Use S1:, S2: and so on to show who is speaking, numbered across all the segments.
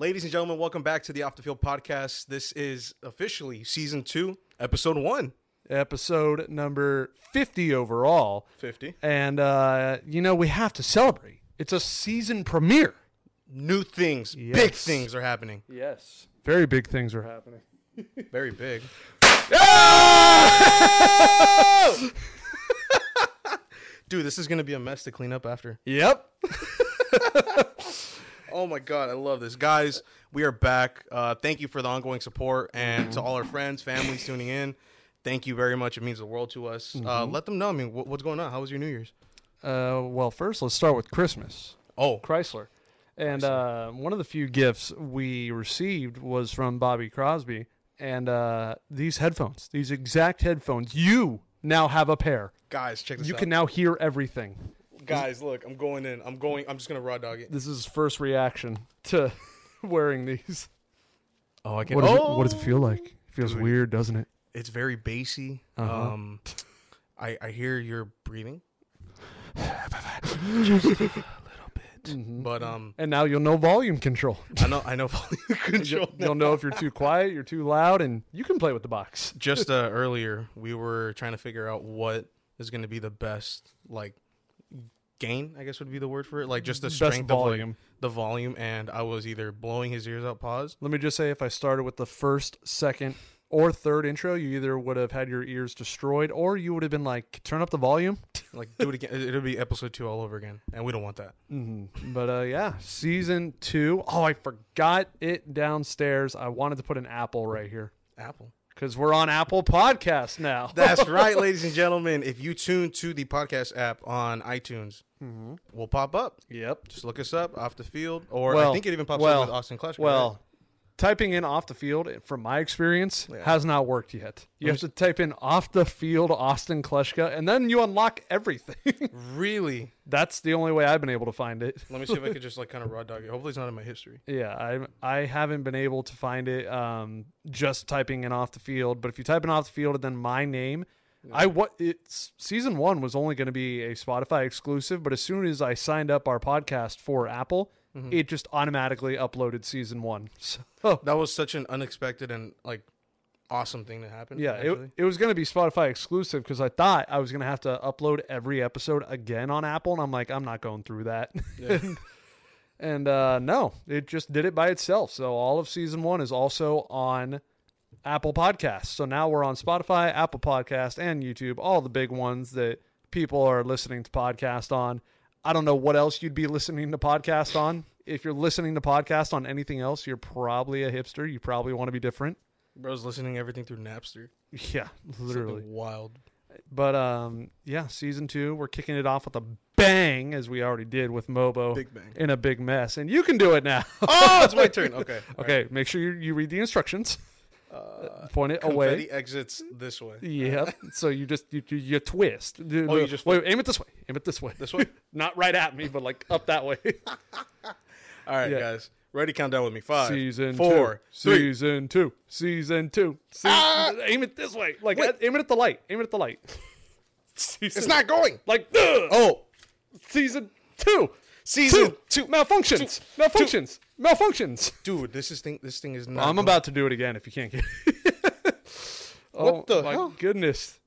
S1: Ladies and gentlemen, welcome back to the Off the Field podcast. This is officially season two, episode one.
S2: episode number 50 overall.
S1: 50.
S2: And, uh, you know, we have to celebrate. It's a season premiere.
S1: New things, big
S2: Yes.
S1: things are happening.
S2: Yes. Very big things are happening.
S1: Very big. Dude, this is going to be a mess to clean up after.
S2: Yep.
S1: Oh my God, I love this. Guys, we are back. Uh, thank you for the ongoing support and to all our friends, families tuning in. Thank you very much. It means the world to us. Uh, let them know. I mean, wh- what's going on? How was your New Year's?
S2: Uh, well, first, let's start with Christmas.
S1: Oh,
S2: Chrysler. And uh, one of the few gifts we received was from Bobby Crosby. And uh, these headphones, these exact headphones, you now have a pair.
S1: guys, check this
S2: You
S1: out.
S2: can now hear everything.
S1: guys, look, I'm going in. I'm going. I'm just going to raw dog it.
S2: This is his first reaction to wearing these.
S1: Oh, I can.
S2: What, does it, what does it feel like? It feels weird, doesn't it?
S1: It's very bassy. Um, I I hear you're breathing,
S2: Mm-hmm.
S1: but um,
S2: And now you'll know volume control.
S1: I know I know volume control. now.
S2: You'll know if you're too quiet, you're too loud, and you can play with the box.
S1: Just uh, earlier, we were trying to figure out what is going to be the best like gain. I guess would be the word for it. Like just the
S2: Best
S1: strength of
S2: volume.
S1: like, the volume. And I was either blowing his ears out, pause.
S2: Let me just say if I started with the first, second, or third intro, you either would have had your ears destroyed or you would have been like, turn up the volume.
S1: Like do it again. It'll be episode two all over again, and we don't want that.
S2: But uh, yeah, season two. Oh, I forgot it downstairs. I wanted to put an apple right here
S1: Apple.
S2: because we're on Apple Podcast now.
S1: That's right, ladies and gentlemen. If you tune to the podcast app on iTunes,
S2: Mm-hmm.
S1: we'll pop up.
S2: yep.
S1: Just look us up off the field, or I
S2: Well,
S1: think it even pops
S2: well,
S1: up with Austin Clutch.
S2: Well, typing in off the field, eh, from my experience, has not worked yet. You have to type in off the field Austin Kleschka, and then you unlock everything.
S1: really?
S2: That's the only way I've been able to find it.
S1: Let me see if I could just like kind of raw dog it. Hopefully, it's not in my history.
S2: Yeah, I I haven't been able to find it um, just typing in off the field. But if you type in off the field and then my name, I what it's season one was only going to be a Spotify exclusive. But as soon as I signed up our podcast for Apple, it just automatically uploaded season one. So
S1: That was such an unexpected and like awesome thing to happen.
S2: Yeah,
S1: actually.
S2: it, it was going to be Spotify exclusive because I thought I was going to have to upload every episode again on Apple, and I'm like, I'm not going through that. and uh, no, it just did it by itself. So all of season one is also on Apple Podcasts. So now we're on Spotify, Apple Podcast, and YouTube, all the big ones that people are listening to podcast on. I don't know what else you'd be listening to podcast on. If you're listening to podcast on anything else, you're probably a hipster. You probably want to be different.
S1: bro's listening to everything through Napster.
S2: Yeah, literally.
S1: Something wild.
S2: But um, yeah, season two, we're kicking it off with a bang, as we already did with Mobo
S1: Big bang.
S2: in a big mess, and you can do it now.
S1: Oh, it's my turn. Okay.
S2: okay, make sure you, you read the instructions.
S1: Uh,
S2: Point it
S1: confetti
S2: away.
S1: exits this way.
S2: Yep. so you just you, you, you twist.
S1: Oh, you just
S2: wait, aim it this way. Aim it this way.
S1: This way.
S2: Not right at me, but like up that way.
S1: All right,
S2: Yeah.
S1: guys. Ready? Count down with me. Five,
S2: season
S1: four,
S2: two.
S1: three,
S2: Season two. Season two. Se-
S1: Ah!
S2: Aim it this way. Like
S1: Wait.
S2: aim it at the light. Aim it at the light.
S1: It's not going.
S2: like ugh,
S1: Oh,
S2: season two.
S1: season
S2: two,
S1: two.
S2: malfunctions, malfunctions, malfunctions.
S1: Dude, this is thing. This thing is not.
S2: I'm about to do it again if you can't get. oh,
S1: What the
S2: my
S1: hell?
S2: goodness!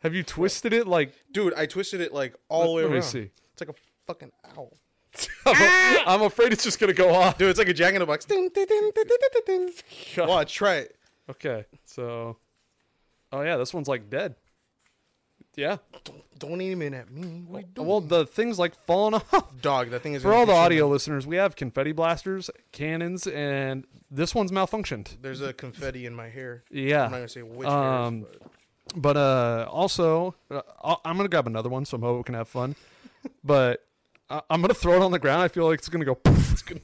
S2: Have you twisted it like?
S1: Dude, I twisted it like all the way
S2: Let me
S1: around.
S2: see.
S1: It's like a fucking owl.
S2: I'm, I'm afraid it's just gonna go off.
S1: Dude, it's like a jack in the box. Ding, ding, ding, ding, ding, ding, ding, ding.
S2: God.
S1: Watch, try it.
S2: Okay, so, oh yeah, this one's like dead. Yeah.
S1: Don't, don't aim it at me. What are you doing?
S2: Uh, Well, the thing's like falling off.
S1: Dog, that thing is.
S2: For
S1: gonna
S2: all the
S1: get you.
S2: audio listeners, we have confetti blasters, cannons, and this one's malfunctioned.
S1: There's a confetti in my hair.
S2: Yeah.
S1: I'm not gonna say which.
S2: Um,
S1: hairs, but-
S2: But uh, also, uh, I'll- I'm gonna grab another one so Mobo can have fun. but I- I'm gonna throw it on the ground. I feel like it's gonna go. Poof. It's gonna...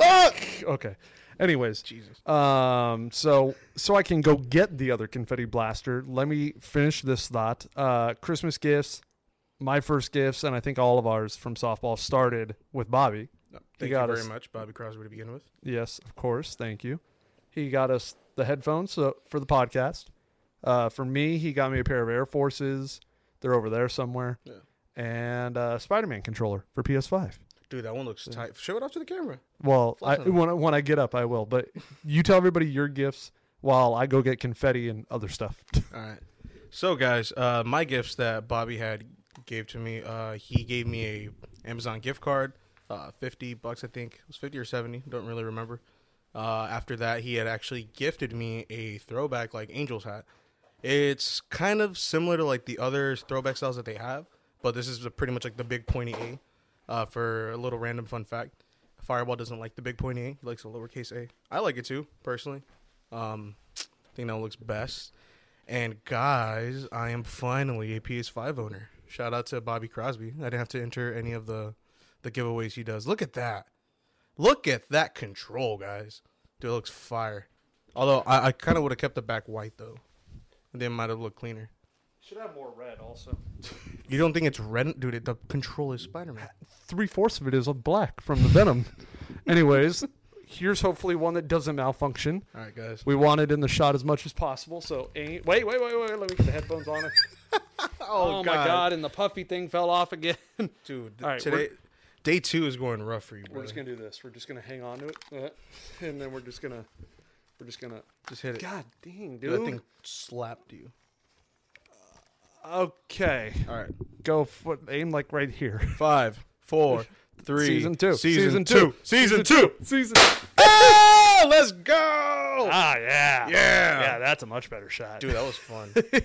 S1: Ah!
S2: Okay. Anyways,
S1: Jesus.
S2: um, so so I can go get the other confetti blaster. Let me finish this thought. Uh, Christmas gifts, my first gifts, and I think all of ours from softball started with Bobby.
S1: No, thank you,
S2: got
S1: very
S2: us.
S1: much, Bobby Crosby, to begin with.
S2: Yes, of course. Thank you. He got us the headphones so, for the podcast. Uh, for me, he got me a pair of Air Forces. They're over there somewhere.
S1: Yeah.
S2: And uh, Spider Man controller for PS5.
S1: Dude, that one looks tight. Show it off to the camera.
S2: Well, I, when I, when I get up, I will. But you tell everybody your gifts while I go get confetti and other stuff.
S1: All right. So guys, uh, my gifts that Bobby had gave to me, uh, he gave me a Amazon gift card, uh, fifty bucks I think it was fifty or seventy, don't really remember. Uh, after that, he had actually gifted me a throwback like Angels hat. It's kind of similar to like the other throwback styles that they have, but this is pretty much like the big pointy A. Uh, for a little random fun fact, Fireball doesn't like the big pointy A; he likes the lowercase A. I like it too personally. Um, I think that looks best. And guys, I am finally a PS5 owner. Shout out to Bobby Crosby. I didn't have to enter any of the the giveaways he does. Look at that. Look at that control, guys. Dude, it looks fire. Although I, I kind of would have kept the back white though. They might have looked cleaner.
S2: Should have more red also.
S1: You don't think it's red, dude? It, the control is Spider Man.
S2: Three fourths of it is a black from the Venom. Anyways, here's hopefully one that doesn't malfunction.
S1: All right, guys.
S2: We want it in the shot as much as possible. So ain't, wait, wait, wait, wait. Let me get the headphones on it. oh my god! And the puffy thing fell off again.
S1: dude.
S2: All right,
S1: today,
S2: we're-
S1: day two is going rough for you,
S2: we're
S1: bro.
S2: just
S1: Just,
S2: gonna do this. We're just gonna hang on to it, uh, and then we're just gonna, we're just gonna.
S1: hit it.
S2: God dang,
S1: Dude,
S2: dude.
S1: That thing slapped you.
S2: Okay,
S1: All right.
S2: go for aim like right here.
S1: Five, four, three.
S2: Season two.
S1: Season,
S2: Season
S1: two.
S2: two.
S1: Season two.
S2: Season.
S1: Ah, let's go.
S2: Ah, yeah.
S1: Yeah.
S2: Yeah, that's a much better shot.
S1: Dude, that was fun. Can we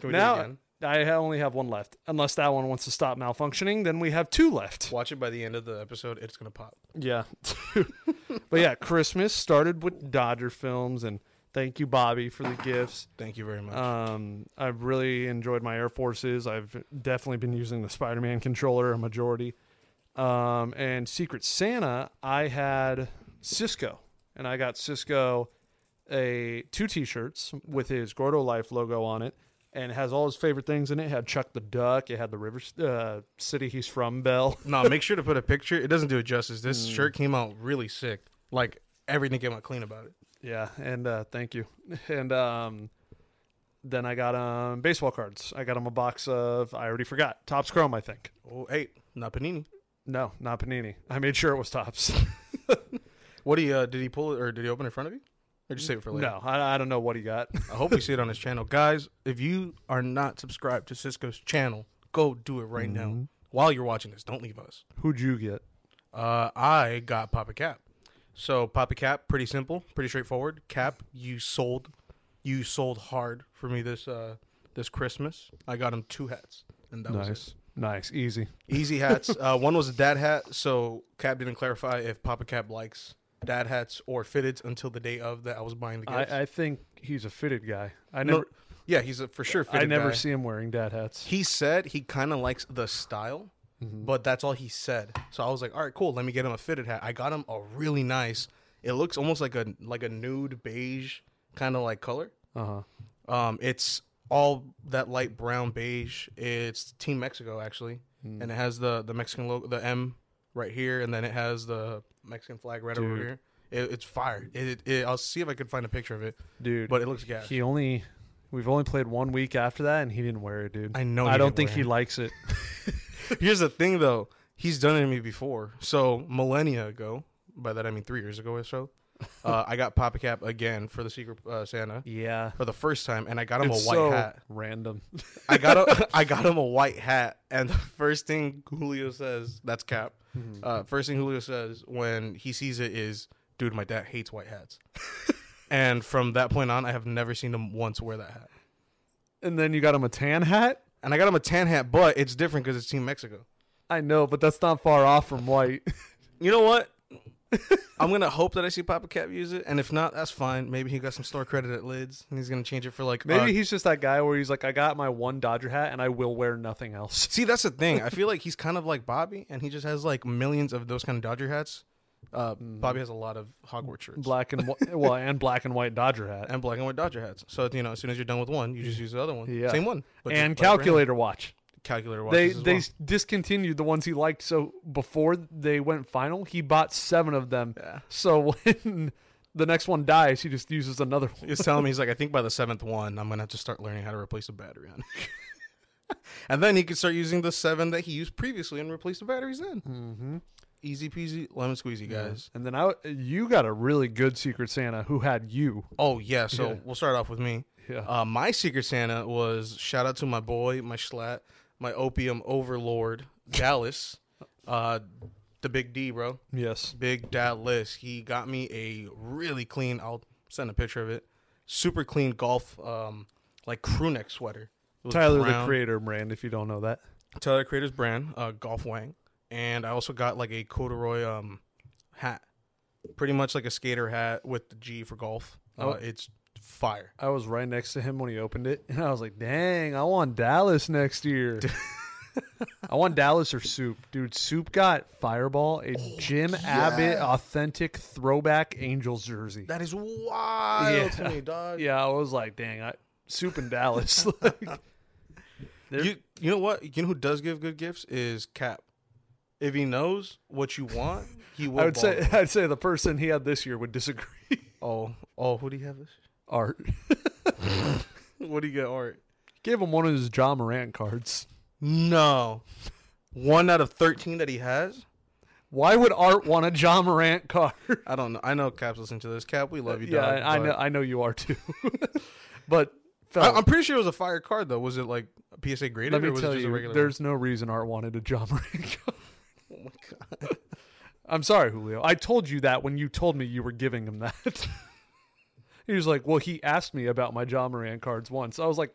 S1: do it
S2: now
S1: again?
S2: I ha- only have one left. Unless that one wants to stop malfunctioning, then we have two left.
S1: Watch it by the end of the episode. It's gonna pop.
S2: Yeah. but yeah, Christmas started with Dodger films, and thank you, Bobby, for the gifts.
S1: Thank you very much.
S2: Um, I've really enjoyed my Air Forces. I've definitely been using the Spider Man controller a majority. Um, and Secret Santa, I had Cisco, and I got Cisco a two T-shirts with his Gordo Life logo on it, and it has all his favorite things in it. it had Chuck the Duck. It had the River uh, City he's from Bell.
S1: no, make sure to put a picture. It doesn't do it justice.
S2: Hmm.
S1: This shirt came out really sick. Like everything came out clean about it.
S2: Yeah, and uh, thank you. And um, then I got um, baseball cards. I got him a box of I already forgot Topps Chrome, I think.
S1: Oh, hey, not panini.
S2: No, not Panini. I made sure it was Tops.
S1: What do you? Uh, did he pull it or did he open it in front of you? Or just save it for later.
S2: no, I, I don't know what he got.
S1: I hope we see it on his channel, guys. If you are not subscribed to Cisco's channel, go do it right
S2: Mm-hmm.
S1: now. While you're watching this, don't leave us.
S2: Who'd you get?
S1: Uh, I got Papa Cap. So Papa Cap, pretty simple, pretty straightforward. Cap, you sold, you sold hard for me this uh this Christmas. I got him two hats, and that was it.
S2: Nice, nice, easy.
S1: Easy hats. uh, one was a dad hat, so Cap didn't clarify if Papa Cap likes dad hats or fitteds until the day of that I was buying the gift.
S2: I, I think he's a fitted guy. I
S1: No-
S2: never,
S1: yeah, he's a for sure fitted.
S2: I never
S1: guy.
S2: see him wearing dad hats.
S1: He said he kind of likes the style,
S2: Mm-hmm.
S1: but that's all he said. So I was like, all right, cool. Let me get him a fitted hat. I got him a really nice. It looks almost like a like a nude beige kind of like color.
S2: Uh huh.
S1: Um, it's all that light brown beige. It's Team Mexico actually,
S2: Hmm.
S1: and it has the the Mexican logo, the M right here, and then it has the Mexican flag right over
S2: Dude.
S1: here. It, it's fire. It, it, I'll see if I can find a picture of it,
S2: Dude,
S1: but it looks gas.
S2: he only. We've only played one week after that, and he didn't wear it, dude.
S1: I know
S2: I
S1: he
S2: don't
S1: didn't
S2: think
S1: wear
S2: he
S1: it.
S2: likes it.
S1: Here's the thing, though. He's done it to me before. So millennia ago, by that I mean three years ago or so, uh, I got Papa Cap again for the Secret uh, Santa
S2: Yeah.
S1: for the first time, and I got him
S2: It's
S1: a white
S2: so
S1: hat.
S2: Random.
S1: I got a, I got him a white hat, and the first thing Julio says, that's Cap.
S2: Mm-hmm.
S1: Uh, first thing Julio says when he sees it is, "Dude, my dad hates white hats." and from that point on, I have never seen him once wear that hat.
S2: And then you got him a tan hat.
S1: And I got him a tan hat, but it's different because it's Team Mexico.
S2: I know, but that's not far off from white.
S1: You know what? I'm gonna hope that I see Papa Cap use it, and if not, that's fine. Maybe he got some store credit at Lids, and he's gonna change it for like.
S2: Maybe
S1: uh,
S2: he's just that guy where he's like, I got my one Dodger hat, and I will wear nothing else.
S1: see, that's the thing. I feel like he's kind of like Bobby, and he just has like millions of those kind of Dodger hats. Uh, Bobby has a lot of Hogwarts shirts
S2: Mm-hmm. Black and wh- well, and black and white Dodger hat,
S1: and black and white Dodger hats. So you know, as soon as you're done with one, you just use the other one.
S2: Yeah.
S1: Same one. but just
S2: and
S1: black brand.
S2: calculator watch.
S1: calculator.
S2: They
S1: watches as
S2: they
S1: well.
S2: s discontinued the ones he liked. So before they went final, he bought seven of them.
S1: Yeah.
S2: So when the next one dies, he just uses another one.
S1: He's telling me he's like, I think by the seventh one, I'm gonna have to start learning how to replace a battery on it. and then he could start using the seven that he used previously and replace the batteries in.
S2: Mm-hmm.
S1: Easy peasy, lemon squeezy, guys.
S2: And then I, you got a really good Secret Santa who had you. Um,
S1: Oh yeah, so
S2: Yeah.
S1: we'll start off with me.
S2: Yeah.
S1: Uh, my Secret Santa was shout out to my boy, my schlatt, my opium overlord, Dallas, uh, the big D, bro.
S2: yes.
S1: Big Dallas. He got me a really clean. I'll send a picture of it. Super clean golf, um, like crew neck sweater. It was
S2: Tyler the
S1: brown.
S2: Creator brand, if you don't know that.
S1: Tyler the Creator's brand, uh, Golf Wang, and I also got like a corduroy um hat, pretty much like a skater hat with the G for golf.
S2: Oh.
S1: Uh, it's fire.
S2: I was right next to him when he opened it, and I was like, "Dang, I want Dallas next year. I want Dallas or Soup, dude. Soup got Fireball, a
S1: Oh,
S2: Jim Abbott authentic throwback Angels jersey.
S1: That is wild
S2: Yeah.
S1: to me, dog.
S2: yeah, I was like, "Dang, I Soup and Dallas." like, They're-
S1: You you know what? You know who does give good gifts is Cap. If he knows what you want, he will.
S2: I would
S1: ball
S2: say,
S1: it.
S2: I'd say the person he had this year would disagree.
S1: Oh, oh, who do you have this?
S2: Art,
S1: What do you get, Art?
S2: give him one of his John Morant cards.
S1: No, one out of thirteen that he has.
S2: Why would Art want a John Morant card?
S1: I don't know. I know Cap's listening to this. Cap, we love you.
S2: yeah,
S1: dog,
S2: I, I
S1: but-
S2: know, I know you are too. but
S1: I,
S2: fella,
S1: I'm pretty sure it was a fire card though. Was it like a PSA graded?
S2: let
S1: or
S2: me
S1: was
S2: tell
S1: it just a
S2: you,
S1: regular
S2: there's no reason Art wanted a John Morant card.
S1: one?
S2: I'm sorry, Julio. I told you that when you told me you were giving him that. he was like, "Well, he asked me about my John Moran cards once." I was like,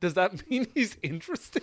S2: "Does that mean he's interested?"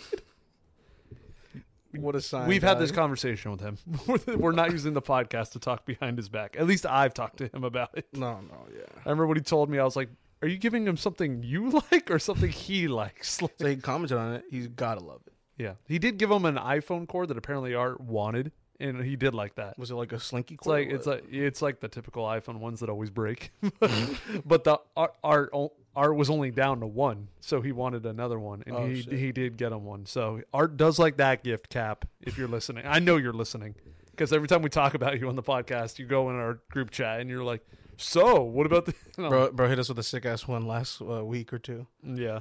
S1: what a sign.
S2: We've had this
S1: dog.
S2: conversation with him. we're not using the podcast to talk behind his back. At least I've talked to him about it.
S1: No, no, yeah.
S2: I remember what he told me. I was like, "Are you giving him something you like or something he likes?" Like,
S1: So he commented on it. He's gotta love it.
S2: yeah, he did give him an iPhone cord that apparently Art wanted, and he did like that.
S1: Was it like a slinky?
S2: It's like it's like it's like the typical iPhone ones that always break,
S1: Mm-hmm.
S2: but the art, art o- art was only down to one, so he wanted another one, and
S1: Oh,
S2: he
S1: shit.
S2: he did get him one. So art does like that gift cap. If you're listening, I know you're listening because every time we talk about you on the podcast, you go in our group chat and you're like, "So what about the?" And I'm
S1: bro, bro hit us with a sick ass one last uh, week or two.
S2: like, yeah.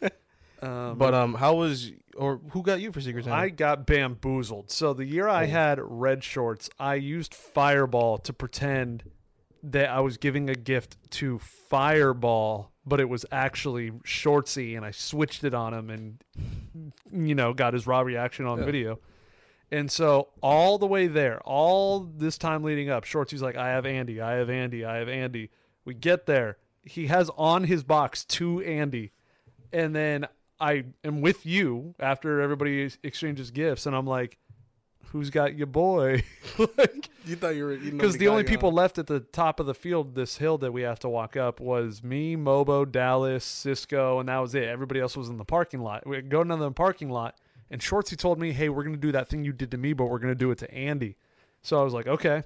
S2: um,
S1: But um, how was or who got you for Secret Santa?
S2: I got bamboozled. So the year I had red shorts, I used Fireball to pretend that I was giving a gift to Fireball, but it was actually Shortsy, and I switched it on him, and you know, got his raw reaction on
S1: Yeah.
S2: video. And so all the way there, all this time leading up, Shortsy's like, "I have Andy, I have Andy, I have Andy." We get there, he has on his box to Andy and then I am with you after everybody ex- exchanges gifts, and I'm like, "Who's got your boy?" Because
S1: you thought you were because
S2: the only people left at the top of the field, this hill that we have to walk up, was me, Mobo, Dallas, Cisco, and that was it. Everybody else was in the parking lot. We go into the parking lot, and Shortsy told me, "Hey, we're gonna do that thing you did to me, but we're gonna do it to Andy." So I was like, "Okay."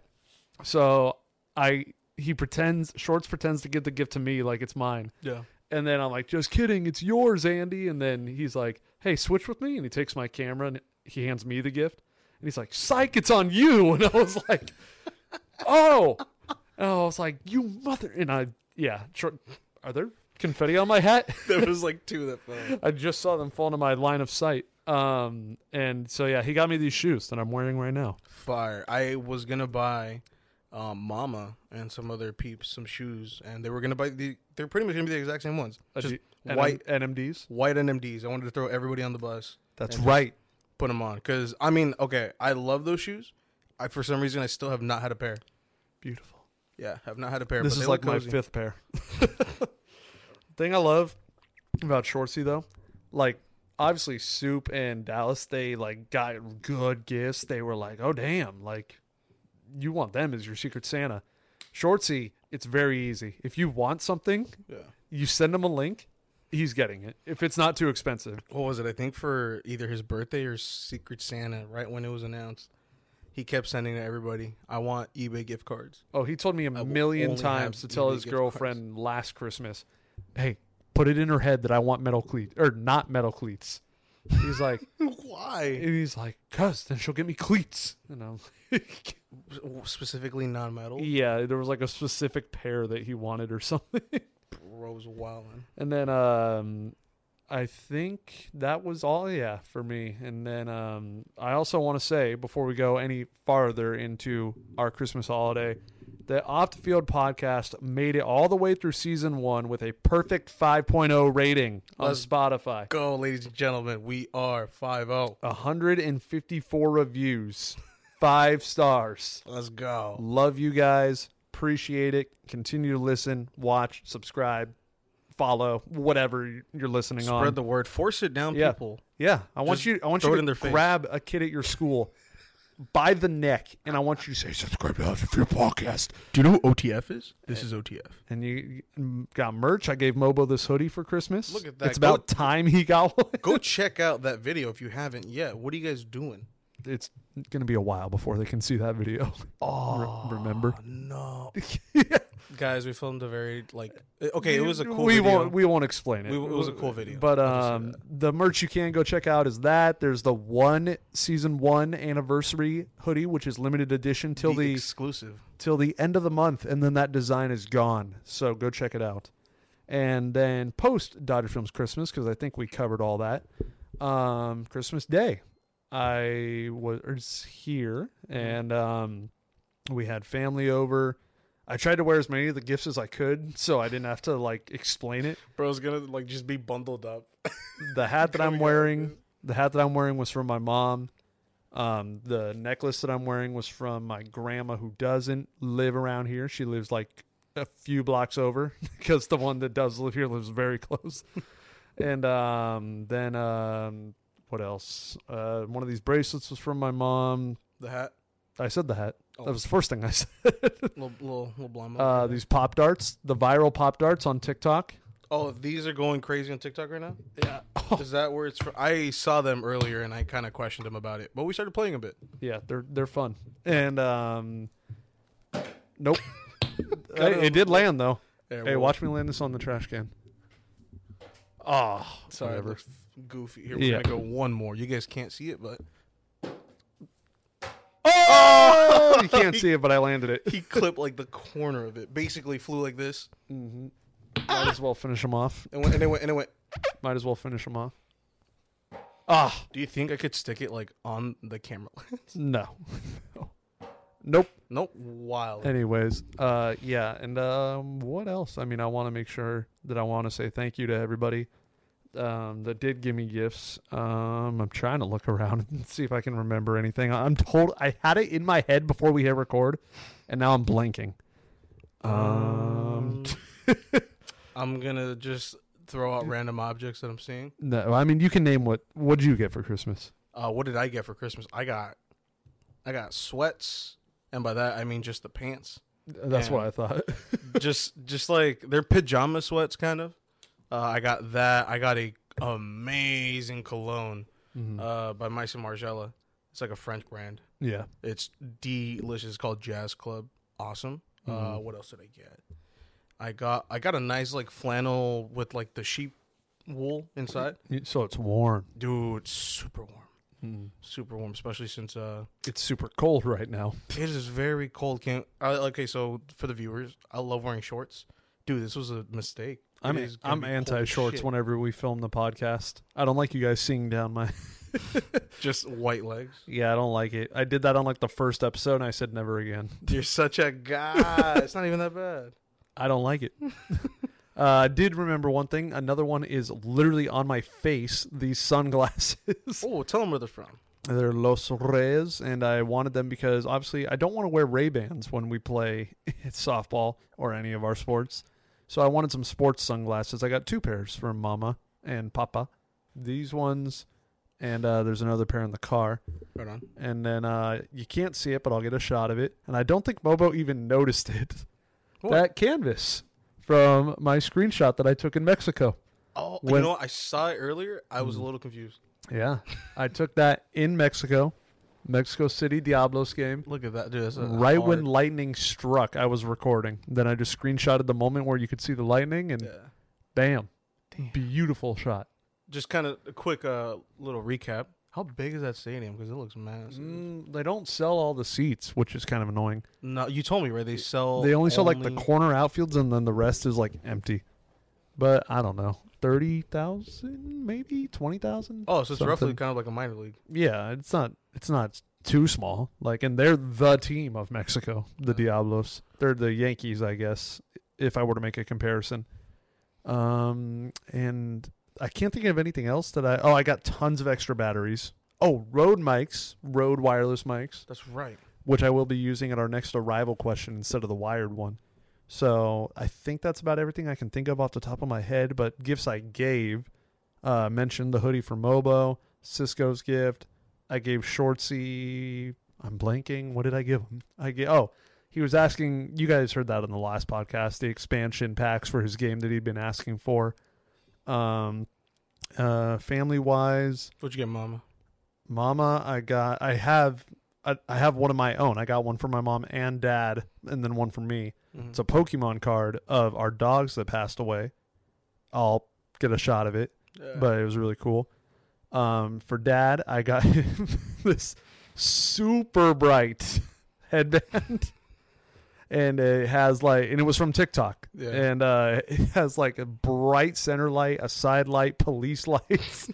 S2: So I he pretends Shorts pretends to give the gift to me like it's mine.
S1: Yeah.
S2: And then I'm like, just kidding, it's yours, Andy. And then he's like, hey, switch with me. And he takes my camera and he hands me the gift. And he's like, psych, it's on you. And I was like, oh. And I was like, you mother. And I, yeah, sure. Are there confetti on my hat?
S1: there was like two that fell.
S2: I just saw them fall into my line of sight. Um, and so, yeah, he got me these shoes that I'm wearing right now.
S1: Fire. I was gonna buy um, Mama and some other peeps some shoes, and they were gonna buy the. They're pretty much gonna be the exact same ones. Just
S2: NM-
S1: white
S2: NMDs.
S1: white NMDs. I wanted to throw everybody on the bus.
S2: That's
S1: And just
S2: right.
S1: Put them on, because I mean, okay, I love those shoes. I for some reason I still have not had a pair.
S2: Beautiful.
S1: Yeah, have not had a pair.
S2: This
S1: but they
S2: is
S1: look
S2: like my
S1: cozy.
S2: fifth pair. Thing I love about Shortsy though, like obviously Soup and Dallas, they like got good gifts. They were like, oh damn, like you want them as your secret Santa. Shortsy, it's very easy. If you want something,
S1: Yeah.
S2: you send him a link. He's getting it if it's not too expensive.
S1: What was it? I think for either his birthday or Secret Santa, right when it was announced, he kept sending to everybody. I want eBay gift cards.
S2: Oh, he told me a
S1: will
S2: million
S1: only
S2: times to
S1: have
S2: tell
S1: eBay
S2: his
S1: gift cards.
S2: girlfriend last Christmas, "Hey, put it in her head that I want metal cleats or not metal cleats." He's like,
S1: Why?
S2: And he's like, "Cuz then she'll get me cleats." And I'm like, "Oh."
S1: Specifically non-metal.
S2: "Yeah, there was like a specific pair that he wanted or something."
S1: Bro was wilding.
S2: And then um I think that was all, yeah, for me. And then um, I also want to say before we go any farther into our Christmas holiday, the Off the Field podcast made it all the way through season one with a perfect 5.0 rating on
S1: Let's
S2: Spotify.
S1: Go, ladies and gentlemen. We are oh. 5 0.
S2: 154 reviews, five stars.
S1: Let's go.
S2: Love you guys. Appreciate it. Continue to listen, watch, subscribe, follow, whatever you're listening on.
S1: Spread the word. Force it down,
S2: Yeah.
S1: people.
S2: Yeah, I want
S1: Just
S2: you. I want
S1: throw
S2: you
S1: it
S2: to
S1: in their face.
S2: grab a kid at your school by the neck, and I want you to say,
S1: Subscribe to After Fear Podcast. Do you know who OTF is? This is OTF.
S2: and you you got merch. I gave Mobo this hoodie for Christmas.
S1: Look at that.
S2: It's
S1: Go-
S2: about time he got one.
S1: Go check out that video if you haven't yet. What are you guys doing?
S2: It's gonna be a while before they can see that video.
S1: Oh,
S2: Re- remember?
S1: no. Guys, we filmed a very, like, uh, okay, it was a cool
S2: We
S1: video.
S2: won't. We won't explain it.
S1: We- it was a cool video.
S2: But
S1: I'll just say
S2: um, the merch you can go check out is that. There's the one season one anniversary hoodie, which is limited edition till
S1: the
S2: the
S1: exclusive.
S2: till the end of the month, and then that design is gone. So go check it out. And then post Dodger Films Christmas because I think we covered all that. Um, Christmas Day, I was here and um, we had family over. I tried to wear as many of the gifts as I could, so I didn't have to like explain it.
S1: Bro's gonna, like, just be bundled up.
S2: The hat that I'm wearing, the hat that I'm wearing was from my mom. Um, the necklace that I'm wearing was from my grandma who doesn't live around here. She lives like a few blocks over because the one that does live here lives very close. and um, then um, what else? Uh, one of these bracelets was from my mom.
S1: The hat.
S2: I said the hat.
S1: Oh.
S2: That was the first thing I said.
S1: Little, little, little blonde.
S2: Uh, these pop darts, the viral pop darts on TikTok.
S1: oh, these are going crazy on TikTok right now?
S2: Yeah.
S1: Is that where it's from? I saw them earlier and I kind of questioned them about it, but we started playing a bit.
S2: Yeah, they're they're fun. And um Nope.
S1: Got
S2: Hey, it
S1: him.
S2: did land though.
S1: Yeah,
S2: Hey,
S1: well,
S2: watch me land this on the trash can. Oh,
S1: Sorry, it
S2: whatever.
S1: looks goofy. Here, we're
S2: Yeah.
S1: gonna go one more. You guys can't see it, but
S2: Oh, you can't see it, but I landed it.
S1: he clipped like the corner of it. Basically, flew like this,
S2: Mm-hmm. Might as well finish him off.
S1: and went, and it went, and it went.
S2: Might as well finish him off. Ah,
S1: Do you think I could stick it like on the camera lens?
S2: no. nope.
S1: nope. Wild.
S2: Anyways, uh, yeah, and um, what else? I mean, I want to make sure that I want to say thank you to everybody um, that did give me gifts. Um, I'm trying to look around and see if I can remember anything. I'm told I had it in my head before we hit record, and now I'm blanking. Um,
S1: I'm gonna just throw out random objects that I'm seeing.
S2: no, I mean you can name what. What'd you get for Christmas?
S1: Uh, what did I get for Christmas? I got, I got sweats, and by that I mean just the pants.
S2: That's what I thought.
S1: just just like they're pajama sweats kind of uh, i got that i got a amazing cologne uh, by Maison margiela it's like a french brand
S2: yeah,
S1: it's delicious it's called jazz club awesome uh, what else did i get i got i got a nice like flannel with like the sheep wool inside
S2: You- so it's warm.
S1: dude super warm
S2: Mm-hmm.
S1: super warm especially since uh
S2: It's super cold right now.
S1: it is very cold can I, okay so for the viewers i love wearing shorts dude this was a mistake It
S2: I'm
S1: is gonna
S2: I'm
S1: be cold as
S2: anti shorts
S1: shit.
S2: whenever we film the podcast. I don't like you guys seeing down my
S1: just white legs
S2: Yeah, I don't like it. I did that on like the first episode and I said never again.
S1: you're such a guy it's not even that bad
S2: I don't like it. Uh, I did remember one thing. Another one is literally on my face, these sunglasses.
S1: oh tell them where they're from
S2: They're Los Reyes, and I wanted them because obviously I don't want to wear Ray Bans when we play softball or any of our sports. So I wanted some sports sunglasses. I got two pairs from Mama and Papa. These ones, and uh, there's another pair in the car.
S1: right on
S2: and then uh, you can't see it, but I'll get a shot of it. And I don't think Mobo even noticed it.
S1: What?
S2: That canvas from my screenshot that I took in Mexico.
S1: oh you
S2: When-
S1: know what? i saw it earlier i was a little confused
S2: Yeah, I took that in Mexico, Mexico City Diablos game.
S1: look at that dude that's a
S2: Right when
S1: hard-
S2: lightning struck, I was recording. Then I just screenshotted the moment where you could see the lightning, and
S1: yeah
S2: bam, beautiful shot.
S1: just kind of a quick uh little recap how big is that stadium because it looks massive
S2: Mm, they don't sell all the seats, which is kind of annoying.
S1: no you told me right they sell
S2: They only sell like the
S1: only-
S2: corner outfields, and then the rest is like empty. But I don't know. thirty thousand, maybe twenty thousand.
S1: Oh, so it's roughly
S2: Something.
S1: kind of like a minor league.
S2: Yeah, it's not it's not too small. Like, and they're the team of Mexico, the Diablos. They're the Yankees, I guess, if I were to make a comparison. Um, and I can't think of anything else that I. Oh, I got tons of extra batteries. Oh, Rode mics, Rode wireless mics,
S1: That's right.
S2: which I will be using at our next arrival question instead of the wired one. So I think that's about everything I can think of off the top of my head. But gifts I gave uh, mentioned the hoodie for Mobo, Cisco's gift. I gave Shortsy. I'm blanking. What did I give him? I gave. Oh, he was asking. You guys heard that on the last podcast. The expansion packs for his game that he'd been asking for. Um, uh, family wise,
S1: What'd you get, Mama?
S2: Mama, I got I have I, I have one of my own. I got one for my mom and dad and then one for me.
S1: Mhm.
S2: It's a Pokemon card of our dogs that passed away. I'll get a shot of it,
S1: Yeah.
S2: but it was really cool. Um for dad, I got him this super bright headband. And it has like and it was from TikTok.
S1: Yeah.
S2: And uh it has like a bright center light, a side light, police lights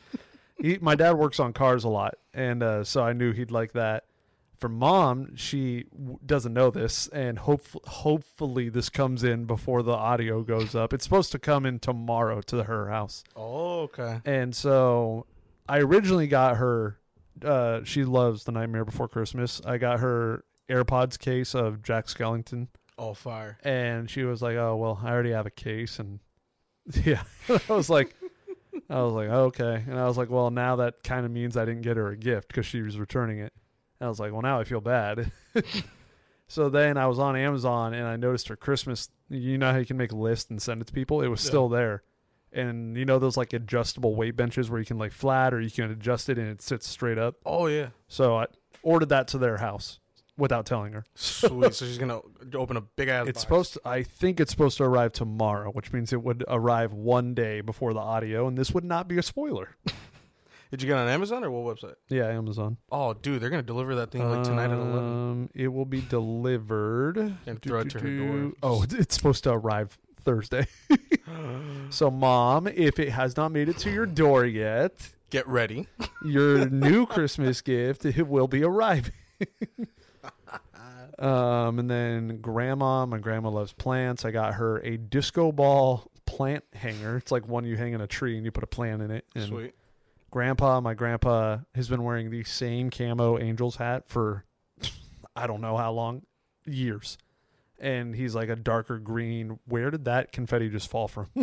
S2: he, my dad works on cars a lot, and uh, so I knew he'd like that. For mom, she w- doesn't know this, and hope hopefully this comes in before the audio goes up. It's supposed to come in tomorrow to her house,
S1: oh, okay.
S2: and so I originally got her. Uh, she loves the Nightmare Before Christmas. I got her AirPods case of Jack Skellington,
S1: All Oh, fire.
S2: and she was like, "Oh well, I already have a case." And yeah, I was like, I was like, "Oh, okay. And I was like, well, now that kind of means I didn't get her a gift because she was returning it. And I was like, well, now I feel bad. so then I was on Amazon and I noticed her Christmas. You know how you can make lists and send it to people. It was
S1: Yeah.
S2: still there. And you know those like adjustable weight benches where you can like flat or you can adjust it and it sits straight up.
S1: Oh yeah.
S2: So I ordered that to their house without telling her.
S1: Sweet. so she's gonna open a big ass.
S2: It's supposed to, I think it's supposed to arrive tomorrow, which means it would arrive one day before the audio, and this would not be a spoiler.
S1: Did you get it on Amazon or what website?
S2: Yeah, Amazon.
S1: Oh, dude, they're gonna deliver that thing like tonight at eleven.
S2: Um, It will be delivered.
S1: And throw it to her door.
S2: Oh, it's- it's supposed to arrive Thursday. so, mom, if it has not made it to your door yet,
S1: Get ready.
S2: your new Christmas gift it will be arriving. um, and then grandma, my grandma loves plants. I got her a disco ball plant hanger. It's like one you hang in a tree and you put a plant in it. And
S1: Sweet.
S2: grandpa, my grandpa has been wearing the same camo Angels hat for I don't know how long, years. And he's like a darker green. Where did that confetti just fall from?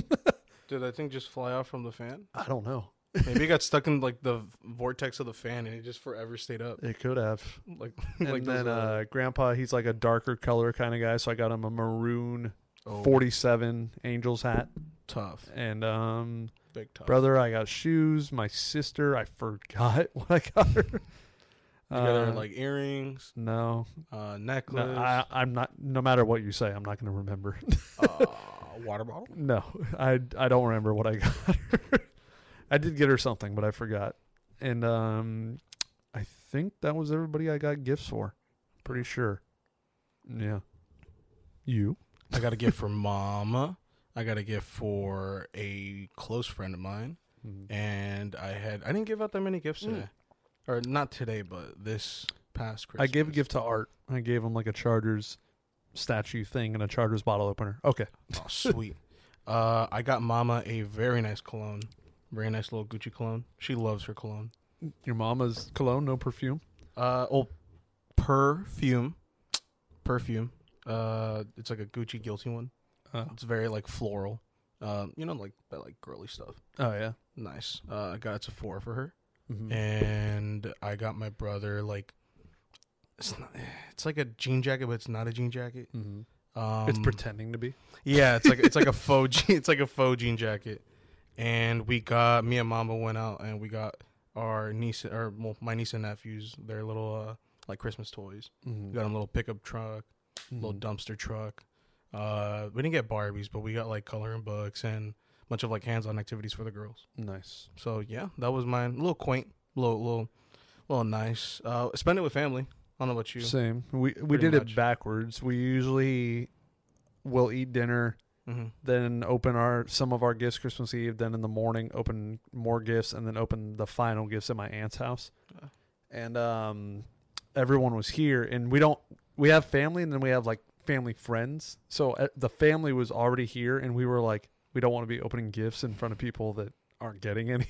S1: Did that thing just fly off from the fan?
S2: I don't know.
S1: Maybe it got stuck in like the vortex of the fan and it just forever stayed up.
S2: It could have.
S1: Like
S2: And
S1: like
S2: then
S1: those,
S2: uh, Grandpa, he's like a darker color kind of guy, so I got him a maroon
S1: oh,
S2: 47 Angels hat.
S1: tough.
S2: And um,
S1: Big tough.
S2: brother, I got shoes. My sister, I forgot what I got her.
S1: You got her,
S2: Uh,
S1: like earrings,
S2: no,
S1: uh
S2: no
S1: necklace,
S2: I, I'm not. No matter what you say, I'm not going to remember.
S1: uh, water bottle.
S2: no, I I don't remember what I got her. I did get her something, but I forgot. And um, I think that was everybody I got gifts for. Pretty sure. Yeah. You.
S1: I got a gift for mama. I got a gift for a close friend of mine, Mm-hmm. and I had I didn't give out that many gifts
S2: Mm.
S1: today, or not today, but this past Christmas.
S2: I gave a gift to Art. I gave him like a Chargers statue thing and a Chargers bottle opener. Okay.
S1: Oh, sweet. uh, I got mama a very nice cologne, very nice little Gucci cologne. She loves her cologne.
S2: Your mama's cologne, no perfume.
S1: Uh, oh, perfume, perfume. Uh, it's like a Gucci guilty one.
S2: Oh,
S1: It's very like floral. Um, you know, like that like girly stuff.
S2: oh yeah.
S1: Nice. Uh, I got it to four for her. mm-hmm.
S2: Mhm.
S1: and I got my brother like it's not it's like a jean jacket, but it's not a jean jacket.
S2: Mhm.
S1: Um,
S2: it's pretending to be.
S1: yeah, it's like it's like a faux jean, it's like a faux jean jacket. And we got me and Mama went out and we got our niece or well, my niece and nephews their little uh, like Christmas toys. We got them a little pickup truck, mm-hmm.
S2: Mm-hmm.
S1: little dumpster truck. Uh, we didn't get Barbies, but we got like coloring books and a bunch of like hands-on activities for the girls.
S2: Nice.
S1: So yeah, that was mine. A little quaint, little little little nice. Uh spend it with family. I don't know about you.
S2: Same. We we
S1: Pretty
S2: did
S1: much.
S2: it backwards. We usually will eat dinner
S1: hmm
S2: then open our some of our gifts Christmas Eve, then in the morning open more gifts, and then open the final gifts at my aunt's house.
S1: Oh.
S2: And um, everyone was here, and we don't we have family, and then we have like family friends. So uh, the family was already here, and we were like, we don't want to be opening gifts in front of people that aren't getting any.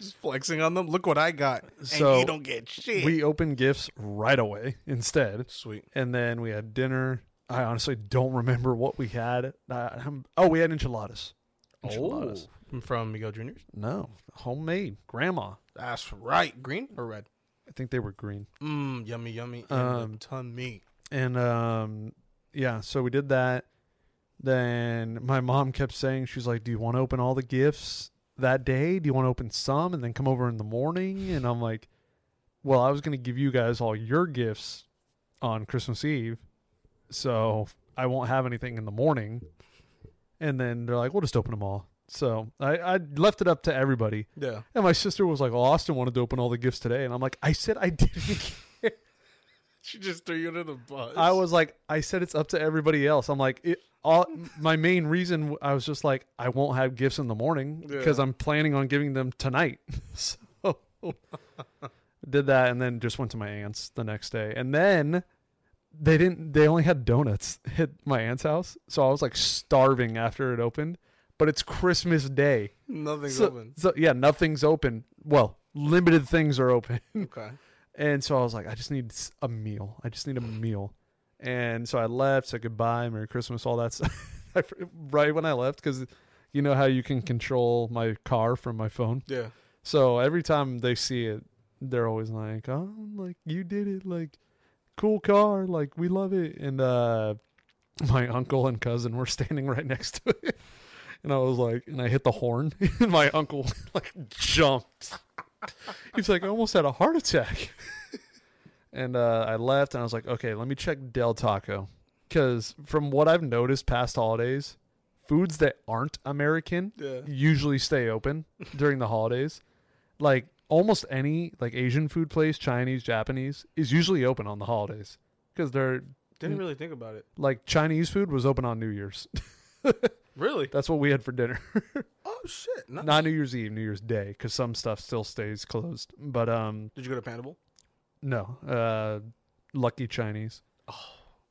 S1: Just flexing on them. Look what I got. and
S2: So,
S1: you don't get shit.
S2: we opened gifts right away instead,
S1: Sweet.
S2: and then we had dinner. I honestly don't remember what we had. I, I'm- oh, we had enchiladas. Enchiladas.
S1: Oh, from Miguel Juniors.
S2: No, homemade. Grandma.
S1: That's right. Green or red?
S2: I think they were green.
S1: Mmm, yummy, yummy.
S2: Um,
S1: and tummy.
S2: And um, yeah, so we did that. Then my mom kept saying, she's like, "Do you want to open all the gifts that day? Do you want to open some and then come over in the morning?" And I'm like, "Well, I was gonna give you guys all your gifts on Christmas Eve, so I won't have anything in the morning." And then they're like, "We'll just open them all." So I, I left it up to everybody.
S1: Yeah.
S2: And my sister was like, well, Austin wanted to open all the gifts today. And I'm like, I said I didn't.
S1: She just threw you under the bus.
S2: I was like, I said it's up to everybody else. I'm like, it, all, my main reason, w- I was just like, I won't have gifts in the morning because
S1: Yeah.
S2: I'm planning on giving them tonight. so did that and then just went to my aunt's the next day. And then they didn't, they only had donuts at my aunt's house. So I was like starving after it opened. But it's Christmas Day.
S1: Nothing's
S2: so,
S1: open.
S2: so yeah, nothing's open. Well, limited things are open.
S1: Okay.
S2: And so I was like, I just need s- a meal. I just need a meal. And so I left, said goodbye, Merry Christmas, all that stuff. I fr- right when I left, because you know how you can control my car from my phone.
S1: Yeah.
S2: So every time they see it, they're always like, "Oh, like you did it! Like cool car! Like we love it!" And uh, my uncle and cousin were standing right next to it, and I was like, and I hit the horn, and my uncle like jumped. He's like, I almost had a heart attack. and uh, I left, and I was like, okay, let me check Del Taco, because from what I've noticed past holidays, foods that aren't American
S1: Yeah.
S2: usually stay open during the holidays. Like almost any like Asian food place, Chinese, Japanese is usually open on the holidays because they're
S1: Didn't really think about it.
S2: like Chinese food was open on New Year's.
S1: Really?
S2: That's what we had for dinner.
S1: Oh shit. Nice.
S2: Not New Year's Eve, New Year's Day cuz some stuff still stays closed. But um
S1: Did you go to Panable?
S2: no, uh lucky Chinese.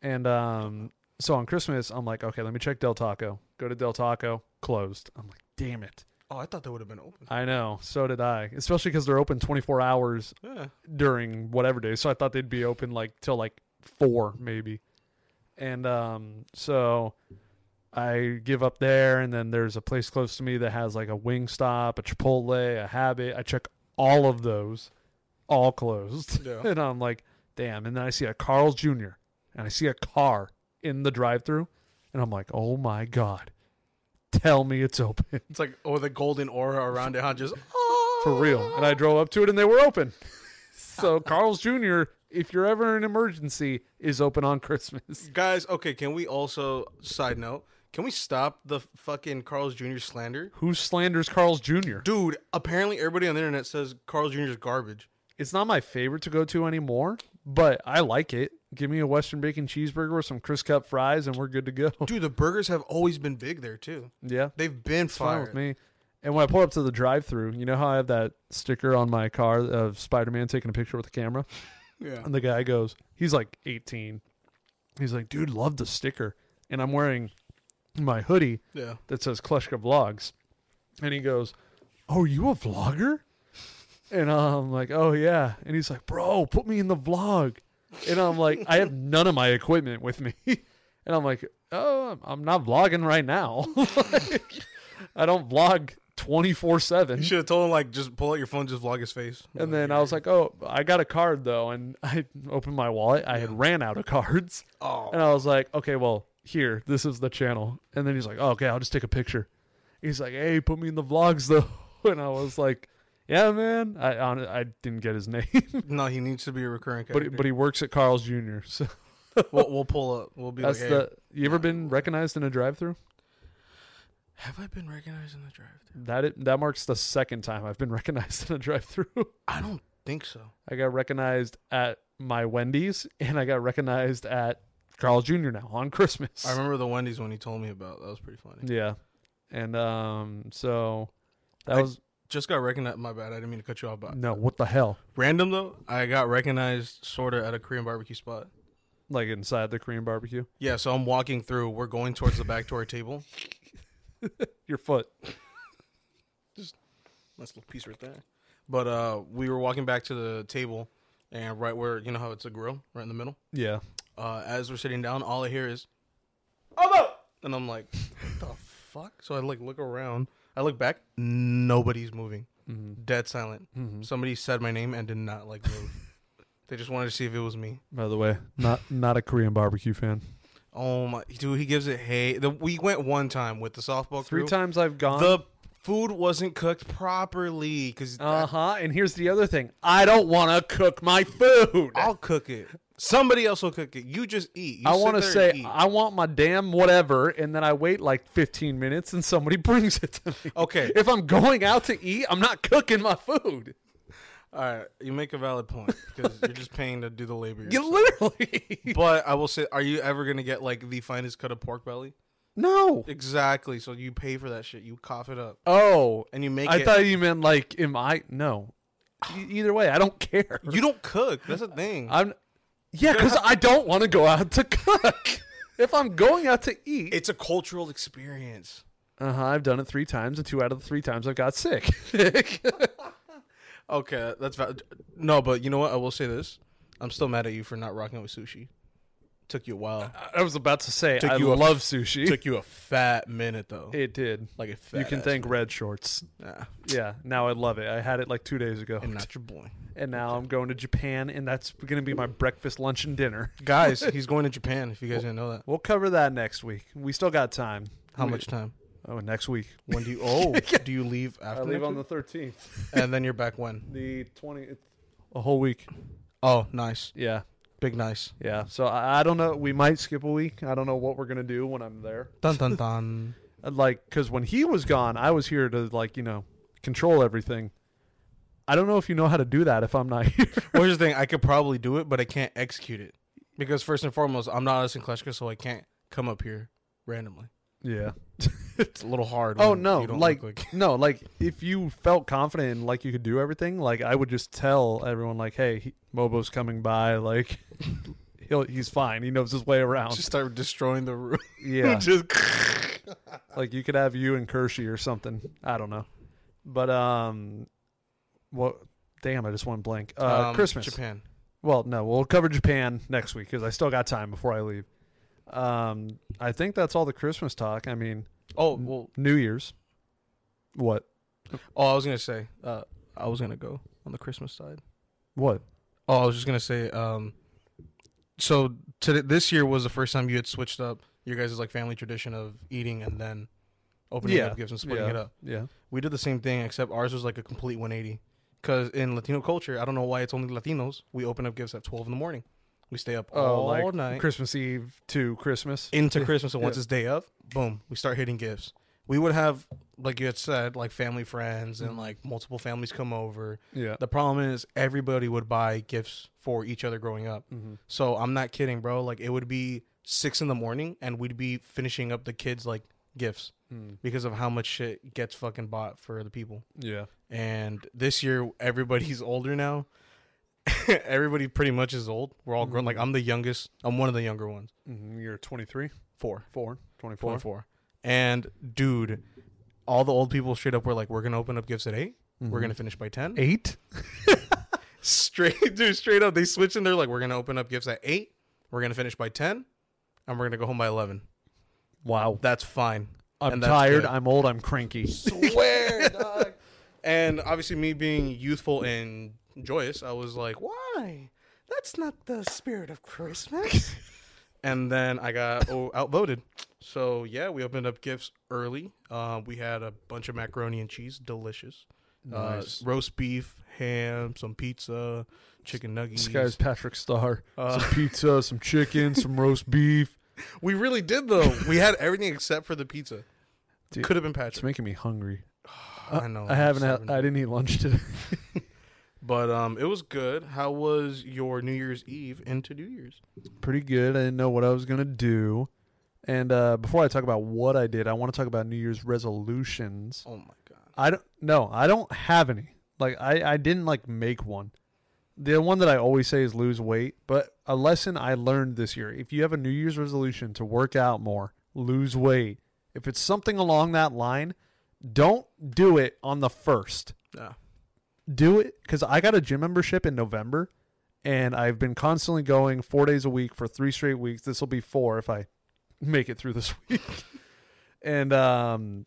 S2: And um so on Christmas, I'm like, okay, let me check Del Taco. Go to Del Taco, closed. I'm like, damn it.
S1: Oh, I thought they would have been open.
S2: I know. So did I. Especially because they're open 24 hours
S1: Yeah.
S2: during whatever day. So I thought they'd be open like till like four maybe. And um, so I give up there, and then there's a place close to me that has like a wing stop, a Chipotle, a Habit. I check all of those, all closed.
S1: Yeah.
S2: and I'm like, damn. And then I see a Carl's Jr. and I see a car in the drive-through, and I'm like, oh my god, tell me it's open
S1: It's like oh the golden aura around it, huh? Just
S2: for real. And I drove up to it and they were open. So Carl's Jr., if you're ever in an emergency, is open on Christmas.
S1: guys, okay, can we also side note, can we stop the fucking Carl's Jr. slander?
S2: Who slanders Carl's Jr.?
S1: Dude, apparently everybody on the internet says Carl's Jr. is garbage.
S2: It's not my favorite to go to anymore, but I like it. Give me a Western bacon cheeseburger with some crisp Cut fries and we're good to go.
S1: Dude, the burgers have always been big there too.
S2: Yeah.
S1: They've been
S2: It's fine
S1: fire.
S2: with me. And when I pull up to the drive through, you know how I have that sticker on my car of Spider Man taking a picture with the camera?
S1: Yeah.
S2: And the guy goes, he's like 18. He's like, dude, love the sticker. And I'm wearing my hoodie
S1: Yeah.
S2: that says Kleshka Vlogs. And he goes, Oh, are you a vlogger? And I'm like, Oh, yeah. And he's like, Bro, put me in the vlog. And I'm like, I have none of my equipment with me. And I'm like, Oh, I'm- I'm not vlogging right now. Like, I don't vlog 24 7.
S1: You should have told him like just pull out your phone, just vlog his face.
S2: And then I was like, "Oh, I got a card though," and I opened my wallet. I had ran out of cards,
S1: Oh.
S2: and I was like, "Okay, well, here, this is the channel." And then he's like, oh, "Okay, I'll just take a picture." He's like, "Hey, put me in the vlogs though," and I was like, "Yeah, man." I hon- I didn't get his name,
S1: No, he needs to be a recurring
S2: but he-
S1: character.
S2: but he works at Carl's Jr. So
S1: we'll, we'll pull up. We'll be
S2: that's
S1: like, hey,
S2: the. You ever been recognized in a drive-through?
S1: have I been recognized in the drive thru
S2: That it, that marks the second time I've been recognized in a drive-through.
S1: I don't think so.
S2: I got recognized at my Wendy's and I got recognized at Carl's Jr. now on Christmas.
S1: I remember the Wendy's one he told me about. That was pretty funny.
S2: Yeah, and um, so that
S1: I-
S2: was
S1: Just got recognized. My bad. I didn't mean to cut you off. But
S2: no. What the hell?
S1: random though, I got recognized sort of at a Korean barbecue spot.
S2: Like inside the Korean barbecue,
S1: Yeah, so I'm walking through. We're going towards the back to our table.
S2: your foot.
S1: Nice little piece right there. But uh, we were walking back to the table, and right where you know how it's a grill, right in the middle.
S2: Yeah,
S1: Uh, as we're sitting down, all I hear is, "Oh no!" And I'm like, "What the fuck?" So I like look around. I look back. Nobody's moving. Dead silent. Somebody said my name and did not like move. they just wanted to see if it was me.
S2: By the way, not not a Korean barbecue fan.
S1: Oh my dude, he gives it hay. The, we went one time with the softball
S2: Three
S1: crew.
S2: times I've gone.
S1: The food wasn't cooked properly because
S2: uh huh. And here's the other thing. I don't want to cook my food. i
S1: I'll cook it. Somebody else will cook it. You just eat. You Oh, sit
S2: want to
S1: there and
S2: say
S1: eat.
S2: I want my damn whatever, and then I wait like 15 minutes, and somebody brings it to me.
S1: okay.
S2: If I'm going out to eat, I'm not cooking my food.
S1: All right, you make a valid point because you're just paying to do the labor.
S2: You
S1: yourself.
S2: literally.
S1: But I will say, are you ever gonna get like the finest cut of pork belly?
S2: no.
S1: Exactly. So you pay for that shit. You cough it up
S2: Oh,
S1: and you make
S2: I
S1: it.
S2: thought you meant like, am I? No. E- Either way, I don't care.
S1: you don't cook. That's a thing.
S2: I'm. Yeah, because I don't want to go out to cook. if I'm going out to eat,
S1: it's a cultural experience.
S2: uh huh. I've done it three times, and two out of the three times I've got sick.
S1: Okay, that's valid. No, but you know what? I will say this. I'm still mad at you for not rocking with sushi. Took you a while.
S2: I was about to say
S1: Took
S2: I
S1: you a-
S2: love sushi.
S1: Took you a fat minute though.
S2: it did.
S1: like a fat.
S2: You can
S1: ass
S2: thank Red Shorts.
S1: minute. Nah,
S2: Yeah, now I love it. I had it like two days ago,
S1: and not your boy.
S2: and now I'm going to Japan, and that's going to be my breakfast, lunch, and dinner.
S1: Guys, he's going to Japan. If you guys didn't know that,
S2: We'll cover that next week. We still got time.
S1: how
S2: We-
S1: much time?
S2: Oh, next week.
S1: When do you? Oh, do you leave after?
S2: I leave
S1: next
S2: on
S1: week?
S2: the 13th.
S1: and then you're back when?
S2: The 20th. A whole week.
S1: Oh, nice,
S2: Yeah.
S1: big nice.
S2: Yeah. So I, I don't know. We might skip a week. I don't know what we're going to do when I'm there.
S1: Dun dun dun.
S2: Uh, Like, because when he was gone, I was here to, like, you know, control everything. I don't know if you know how to do that if I'm not here.
S1: well, here's the thing: I could probably do it, but I can't execute it because first and foremost, I'm not Addison Kleshka, so I can't come up here randomly.
S2: yeah.
S1: It's a little hard.
S2: Oh
S1: when
S2: no,
S1: you don't
S2: like,
S1: look
S2: no, like if you felt confident and like you could do everything, like I would just tell everyone like, "Hey, he, Mobo's coming by, like he'll he's fine. He knows his way around."
S1: just start destroying the room.
S2: yeah.
S1: Just
S2: like you could have you and Kershey or something. I don't know. But um what damn, I just went blank. Uh
S1: Um,
S2: Christmas.
S1: Japan.
S2: Well, no, we'll cover Japan next week cuz I still got time before I leave. Um I think that's all the Christmas talk. I mean,
S1: Oh well.
S2: New Year's. What?
S1: Oh, I was gonna say. Uh, I was gonna go on the Christmas side.
S2: What?
S1: Oh, I was just gonna say. Um, so today, this year was the first time you had switched up your guys' like family tradition of eating and then opening
S2: Yeah.
S1: up gifts and splitting
S2: yeah.
S1: it up.
S2: Yeah.
S1: We did the same thing, except ours was like a complete 180. Because in Latino culture, I don't know why it's only Latinos. We open up gifts at 12 in the morning. We stay up
S2: Oh,
S1: all
S2: like
S1: night
S2: Christmas Eve to Christmas.
S1: into Christmas, and once
S2: Yeah.
S1: it's day of, boom, we start hitting gifts. We would have, like you had said, like family friends
S2: Mm.
S1: and like multiple families come over.
S2: yeah.
S1: The problem is everybody would buy gifts for each other growing up.
S2: Mm-hmm.
S1: So I'm not kidding, bro. Like it would be six in the morning, and we'd be finishing up the kids like gifts
S2: Mm,
S1: because of how much shit gets fucking bought for the people.
S2: Yeah.
S1: And this year, everybody's older now. Everybody pretty much is old. We're all
S2: Mm-hmm.
S1: grown. Like I'm the youngest. I'm one of the younger ones.
S2: Mhm. You're 23,
S1: Four.
S2: 4, 24.
S1: 24. And dude, all the old people straight up were like, "We're gonna open up gifts at 8 we
S2: Mm-hmm.
S1: We're gonna finish by ten.
S2: 8?
S1: straight dude straight up they switch and they're like we're gonna open up gifts at 8 we're gonna finish by 10 and we're gonna go home by 11
S2: Wow.
S1: that's fine
S2: I'm
S1: And that's
S2: tired.
S1: good.
S2: I'm old. I'm cranky.
S1: swear dog and obviously me being youthful and joyous i was like why that's not the spirit of christmas and then i got oh, outvoted so yeah we opened up gifts early uh, we had a bunch of macaroni and cheese delicious
S2: Nice.
S1: uh, roast beef ham some pizza chicken nuggets
S2: This guy's Patrick Starr.
S1: Uh,
S2: some pizza, some chicken, some roast beef.
S1: We really did though. we had everything except for the pizza.
S2: Dude,
S1: Could have been
S2: It's
S1: Patrick.
S2: making me hungry.
S1: I know.
S2: I haven't. Had,
S1: Seven.
S2: I didn't eat lunch today.
S1: But um, it was good. How was your New Year's Eve into New Year's?
S2: Pretty good. I didn't know what I was gonna do. And uh, before I talk about what I did, I want to talk about New Year's resolutions.
S1: Oh my god.
S2: I don't no, I don't have any. Like I, I didn't like make one. The one that I always say is lose weight, but a lesson I learned this year, if you have a New Year's resolution to work out more, lose weight, if it's something along that line, don't do it on the first.
S1: Yeah.
S2: Do it because I got a gym membership in November and I've been constantly going four days a week for three straight weeks. This will be four if I make it through this week. and um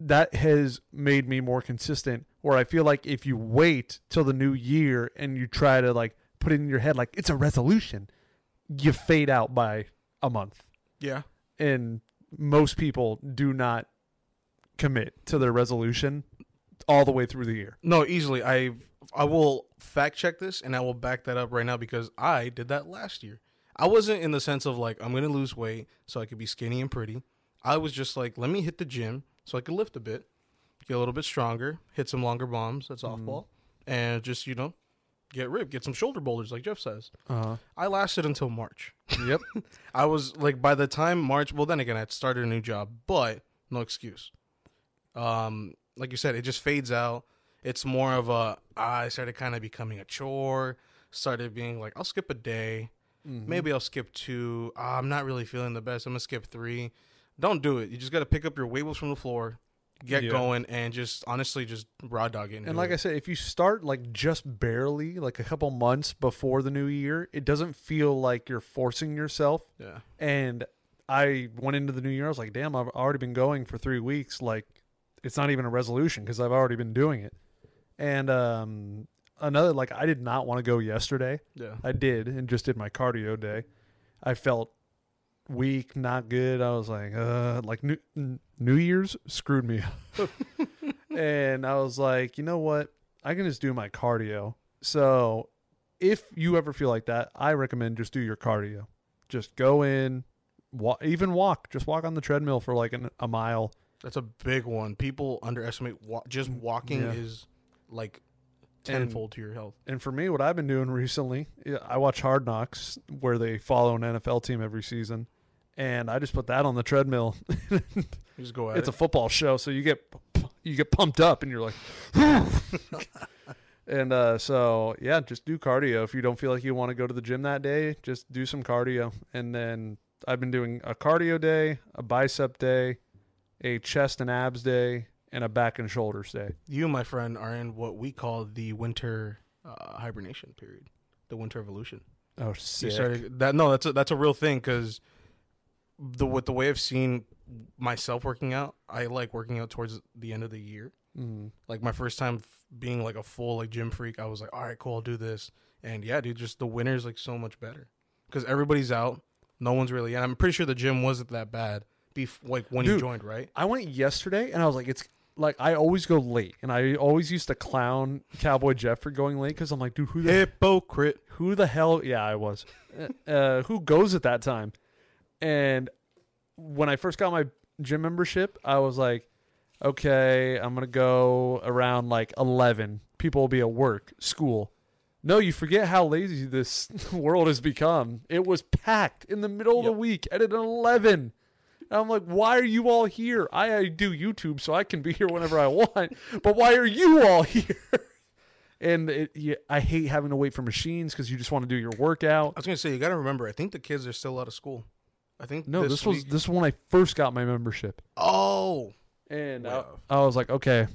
S2: that has made me more consistent where i feel like if you wait till the new year and you try to like put it in your head like it's a resolution you fade out by a month
S1: Yeah.
S2: and most people do not commit to their resolution all the way through the year
S1: No, easily. I I will fact check this and I will back that up right now because I did that last year. I wasn't in the sense of like I'm going to lose weight so I could be skinny and pretty. I was just like let me hit the gym so I could lift a bit, get a little bit stronger, hit some longer bombs, that's off ball, and just, you know, get ripped, get some shoulder boulders like Jeff says.
S2: uh-huh
S1: I lasted until March.
S2: yep
S1: I was like, by the time March, well, then again, I'd started a new job, but no excuse. Um, like you said, it just fades out. It's more of a I started kind of becoming a chore. Started being like, I'll skip a day,
S2: Mm-hmm.
S1: maybe I'll skip two. Ah, I'm not really feeling the best. I'm gonna skip three. Don't do it. You just got to pick up your weights from the floor, get
S2: Yeah.
S1: going, and just honestly just raw dog it. And,
S2: And
S1: do
S2: like
S1: it.
S2: I said, if you start like just barely, like a couple months before the new year, it doesn't feel like you're forcing yourself.
S1: Yeah.
S2: And I went into the new year, I was like, damn, I've already been going for three weeks. Like, it's not even a resolution because I've already been doing it. And um, another, like, I did not want to go yesterday.
S1: yeah,
S2: I did and just did my cardio day. I felt weak, not good. I was like, uh, like New, n- New Year's screwed me up. and I was like, you know what? I can just do my cardio. So if you ever feel like that, I recommend just do your cardio. Just go in, walk, even walk, just walk on the treadmill for like an, a mile.
S1: that's a big one. People underestimate wa- just walking
S2: Mm, Yeah.
S1: is like
S2: And-
S1: tenfold to your health.
S2: and for me, what I've been doing recently, yeah, I watch Hard Knocks, where they follow an NFL team every season, and I just put that on the treadmill.
S1: You just go at
S2: it's
S1: it.
S2: a football show, so you get you get pumped up, and you're like, and uh, so yeah, just do cardio. If you don't feel like you want to go to the gym that day, just do some cardio. And then I've been doing a cardio day, a bicep day, a chest and abs day, and a back and shoulders day.
S1: you, my friend, are in what we call the winter uh, hibernation period, the winter evolution.
S2: Oh,
S1: You
S2: sick!
S1: started that. No, that's a, that's a real thing because the with the way I've seen myself working out, I like working out towards the end of the year.
S2: Mm.
S1: Like my first time f- being like a full like gym freak, I was like, all right, cool, I'll do this. And yeah, dude, just the winter's like so much better because everybody's out, no one's really. And I'm pretty sure the gym wasn't that bad. Bef- like when you
S2: Dude.
S1: joined, right?
S2: I went yesterday and I was like, it's like I always go late, and I always used to clown Cowboy Jeff for going late because I'm like, dude, who the
S1: Hypocrite.
S2: who the hell? Yeah, I was. Uh, who goes at that time? And when I first got my gym membership, I was like, okay, I'm gonna go around like 11. People will be at work, school. No, you forget how lazy this world has become. It was packed in the middle of
S1: Yep.
S2: the week at an 11. And I'm like, why are you all here? I, I do YouTube so I can be here whenever I want, but why are you all here? And it, you, I hate having to wait for machines because you just want to do your workout.
S1: I was gonna say you gotta remember. I think the kids are still out of school. I think
S2: No, this, was
S1: week-
S2: this was when I first got my membership,
S1: oh
S2: and I,
S1: Wow.
S2: I was like, okay,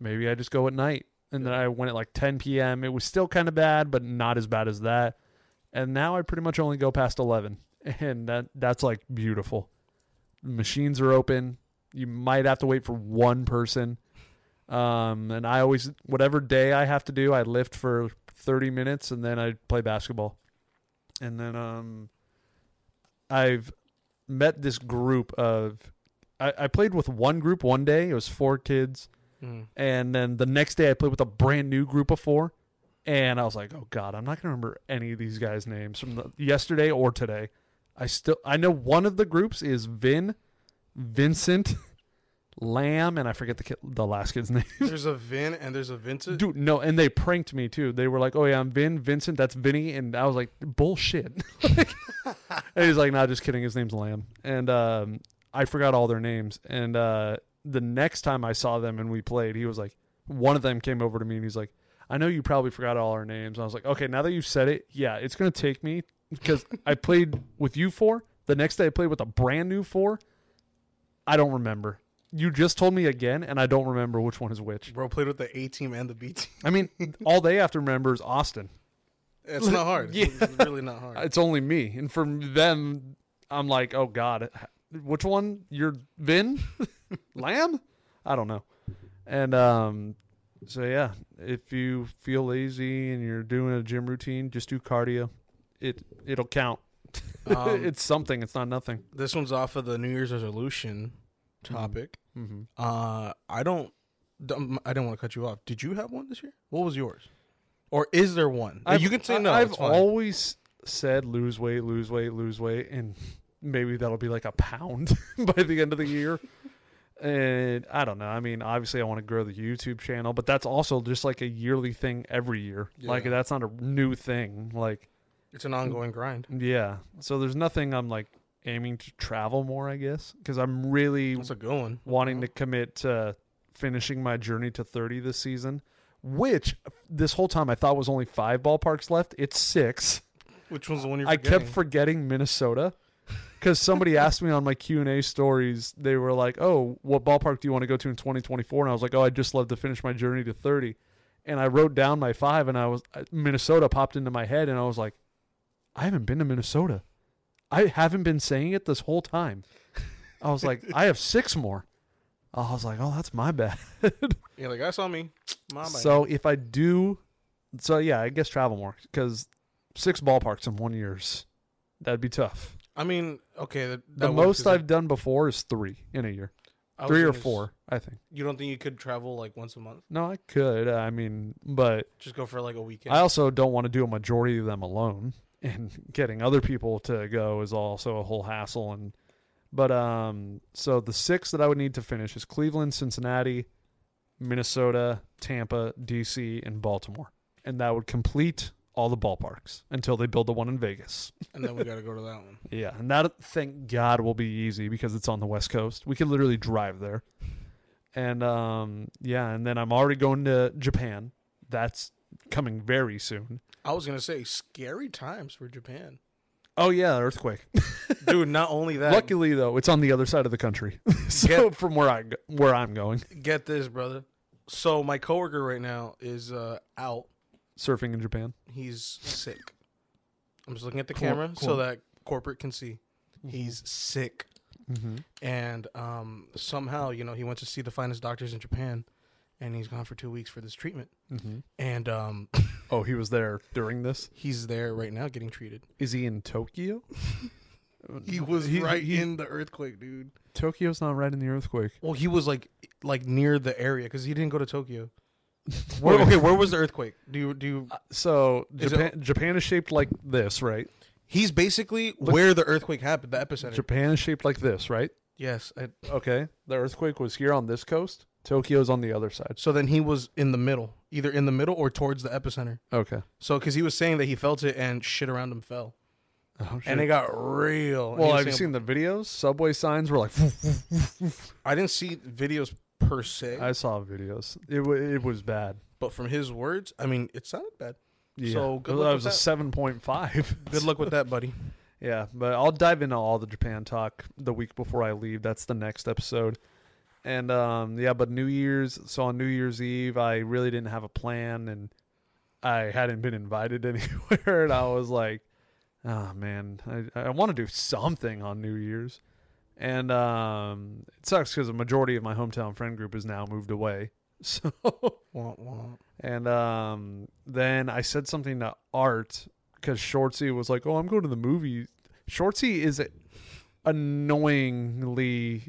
S2: maybe I just go at night. And then I went at like 10 p.m. It was still kind of bad, but not as bad as that. And now I pretty much only go past 11, and that that's like beautiful. Machines are open. You might have to wait for one person. Um, and I always whatever day I have to do, I lift for 30 minutes and then I play basketball. And then um I've met this group of I, I played with one group one day, it was four kids,
S1: Mm.
S2: and then the next day I played with a brand new group of four. And I was like, oh God, I'm not gonna remember any of these guys' names from the, yesterday or today. I still I know one of the groups is Vin, Vincent, Lamb, and I forget the kid, the last kid's name.
S1: There's a Vin and there's a Vincent.
S2: Dude, no, and they pranked me too. They were like, "Oh yeah, I'm Vin Vincent. That's Vinny," and I was like, "Bullshit." Like- and he's like, "Nah, just kidding. His name's Lamb." And um, I forgot all their names. And uh, the next time I saw them and we played, he was like, one of them came over to me and he's like, "I know you probably forgot all our names." I was like, "Okay, now that you've said it, yeah, it's gonna take me because I played with you four. The next day I played with a brand new four. I don't remember." You just told me again, and I don't remember which one is which.
S1: Bro played with the A team and the B team.
S2: I mean, all they have to remember is Austin.
S1: It's not hard.
S2: Yeah.
S1: It's really not hard.
S2: It's only me, and for them, I'm like, oh god, which one? You're Vin, Lamb? I don't know. And um, so yeah, if you feel lazy and you're doing a gym routine, just do cardio. It it'll count.
S1: Um,
S2: it's something. It's not nothing.
S1: This one's off of the New Year's resolution topic.
S2: Mm-hmm.
S1: Uh, I don't. dumb- I didn't want to cut you off. Did you have one this year? What was yours? Or is there one? you can say no.
S2: I've
S1: it's fine.
S2: always said lose weight, lose weight, lose weight, and maybe that'll be like a pound by the end of the year. And I don't know. I mean, obviously, I want to grow the YouTube channel, but that's also just like a yearly thing every year. Like
S1: Yeah.
S2: that's not a new thing. Like
S1: It's an ongoing grind.
S2: yeah. So there's nothing I'm like aiming to travel more. I guess because I'm really
S1: That's a good one.
S2: wanting to commit to finishing my journey to 30 this season. Which this whole time I thought was only five ballparks left. It's six.
S1: Which one's the one you're?
S2: I kept
S1: forgetting?
S2: forgetting Minnesota because somebody asked me on my Q and A stories. They were like, "Oh, what ballpark do you want to go to in 2024?" And I was like, "Oh, I'd just love to finish my journey to 30." And I wrote down my five, and I was uh, Minnesota popped into my head, and I was like, "I haven't been to Minnesota. I haven't been saying it this whole time." I was like, "I have six more." I was like, "Oh, that's my bad."
S1: You're like I saw me. My bad.
S2: so if I do, so yeah, I guess travel more because six ballparks in one year's that'd be tough.
S1: I mean, okay. That, that
S2: The
S1: works,
S2: most
S1: is it-
S2: I've done before is three in a year,
S1: I was
S2: three or
S1: gonna s-
S2: four, I think.
S1: You don't think you could travel like once a month?
S2: No, I could. uh, I mean, but
S1: Just go for like a weekend.
S2: I also don't want to do a majority of them alone, and getting other people to go is also a whole hassle. And but um, so the six that I would need to finish is Cleveland, Cincinnati, Minnesota, Tampa, D.C., and Baltimore, and that would complete all the ballparks until they build the one in Vegas.
S1: and then we got to go to that one.
S2: Yeah, and that thank God will be easy because it's on the West Coast. We could literally drive there. And um yeah, and then I'm already going to Japan. That's coming very soon.
S1: I was gonna say scary times for Japan,
S2: Oh yeah, earthquake.
S1: dude. Not only that,
S2: Luckily though, it's on the other side of the country. so
S1: Get-
S2: from where I go- where I'm going,
S1: get this, brother. So my coworker right now is uh, out.
S2: surfing in Japan.
S1: He's sick. I'm just looking at the
S2: Cool,
S1: camera so
S2: cool.
S1: that corporate can see. He's sick,
S2: Mm-hmm.
S1: and um, somehow you know he went to see the finest doctors in Japan, and he's gone for two weeks for this treatment.
S2: Mm-hmm.
S1: And um,
S2: Oh, he was there during this.
S1: he's there right now getting treated.
S2: Is he in Tokyo?
S1: He was
S2: He-
S1: right
S2: he-
S1: in the earthquake, dude.
S2: Tokyo's not right in the earthquake.
S1: Well, he was like like near the area because he didn't go to Tokyo. Where, okay, where was the earthquake? Do you do
S2: Uh,
S1: you,
S2: So
S1: Is
S2: Japan, Japan is shaped like this, right?
S1: he's basically where the earthquake happened, the epicenter.
S2: Japan is shaped like this, right?
S1: yes. I,
S2: Okay. The earthquake was here on this coast. Tokyo's on the other side.
S1: so then he was in the middle, either in the middle or towards the epicenter.
S2: Okay.
S1: So because he was saying that he felt it and shit around him fell,
S2: Oh,
S1: and it got real. And he
S2: well,
S1: was
S2: have you
S1: saying-
S2: seen the videos? Subway signs were like.
S1: I didn't see videos per se,
S2: I saw videos. It wa it was bad.
S1: but from his words, I mean, it sounded bad.
S2: Yeah.
S1: So, good
S2: that
S1: luck
S2: was
S1: with
S2: a
S1: that.
S2: seven point five.
S1: Good luck with that, buddy.
S2: Yeah, but I'll dive into all the Japan talk the week before I leave. That's the next episode. And um yeah, but New Year's so on New Year's Eve I really didn't have a plan and I hadn't been invited anywhere and I was like, oh man, I, I want to do something on New Year's. And um it sucks because a majority of my hometown friend group has now moved away. So
S1: Womp womp.
S2: and um, then I said something to Art because Shortsy was like, "Oh, I'm going to the movies." Shortsy is annoyingly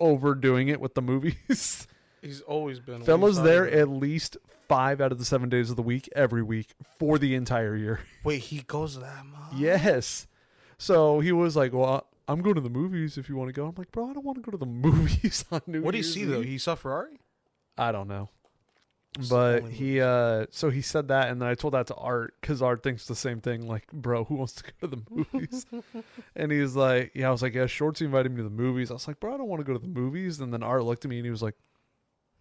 S2: overdoing it with the movies.
S1: He's always been. what are you
S2: Fella's
S1: talking
S2: there
S1: about?
S2: at least five out of the seven days of the week every week for the entire year.
S1: Wait, he goes that much?
S2: Yes. So he was like, "Well, I'm going to the movies if you want to go. I'm like, bro, I don't want to go to the movies on New
S1: What do you
S2: Year's
S1: see though?
S2: Eve."
S1: He saw Ferrari.
S2: I don't know.
S1: It's the
S2: But
S1: only
S2: he uh so he said that and then I told that to Art cuz Art thinks the same thing like bro who wants to go to the movies and he's like yeah I was like yeah Shorts invited me to the movies I was like bro I don't want to go to the movies and then Art looked at me and he was like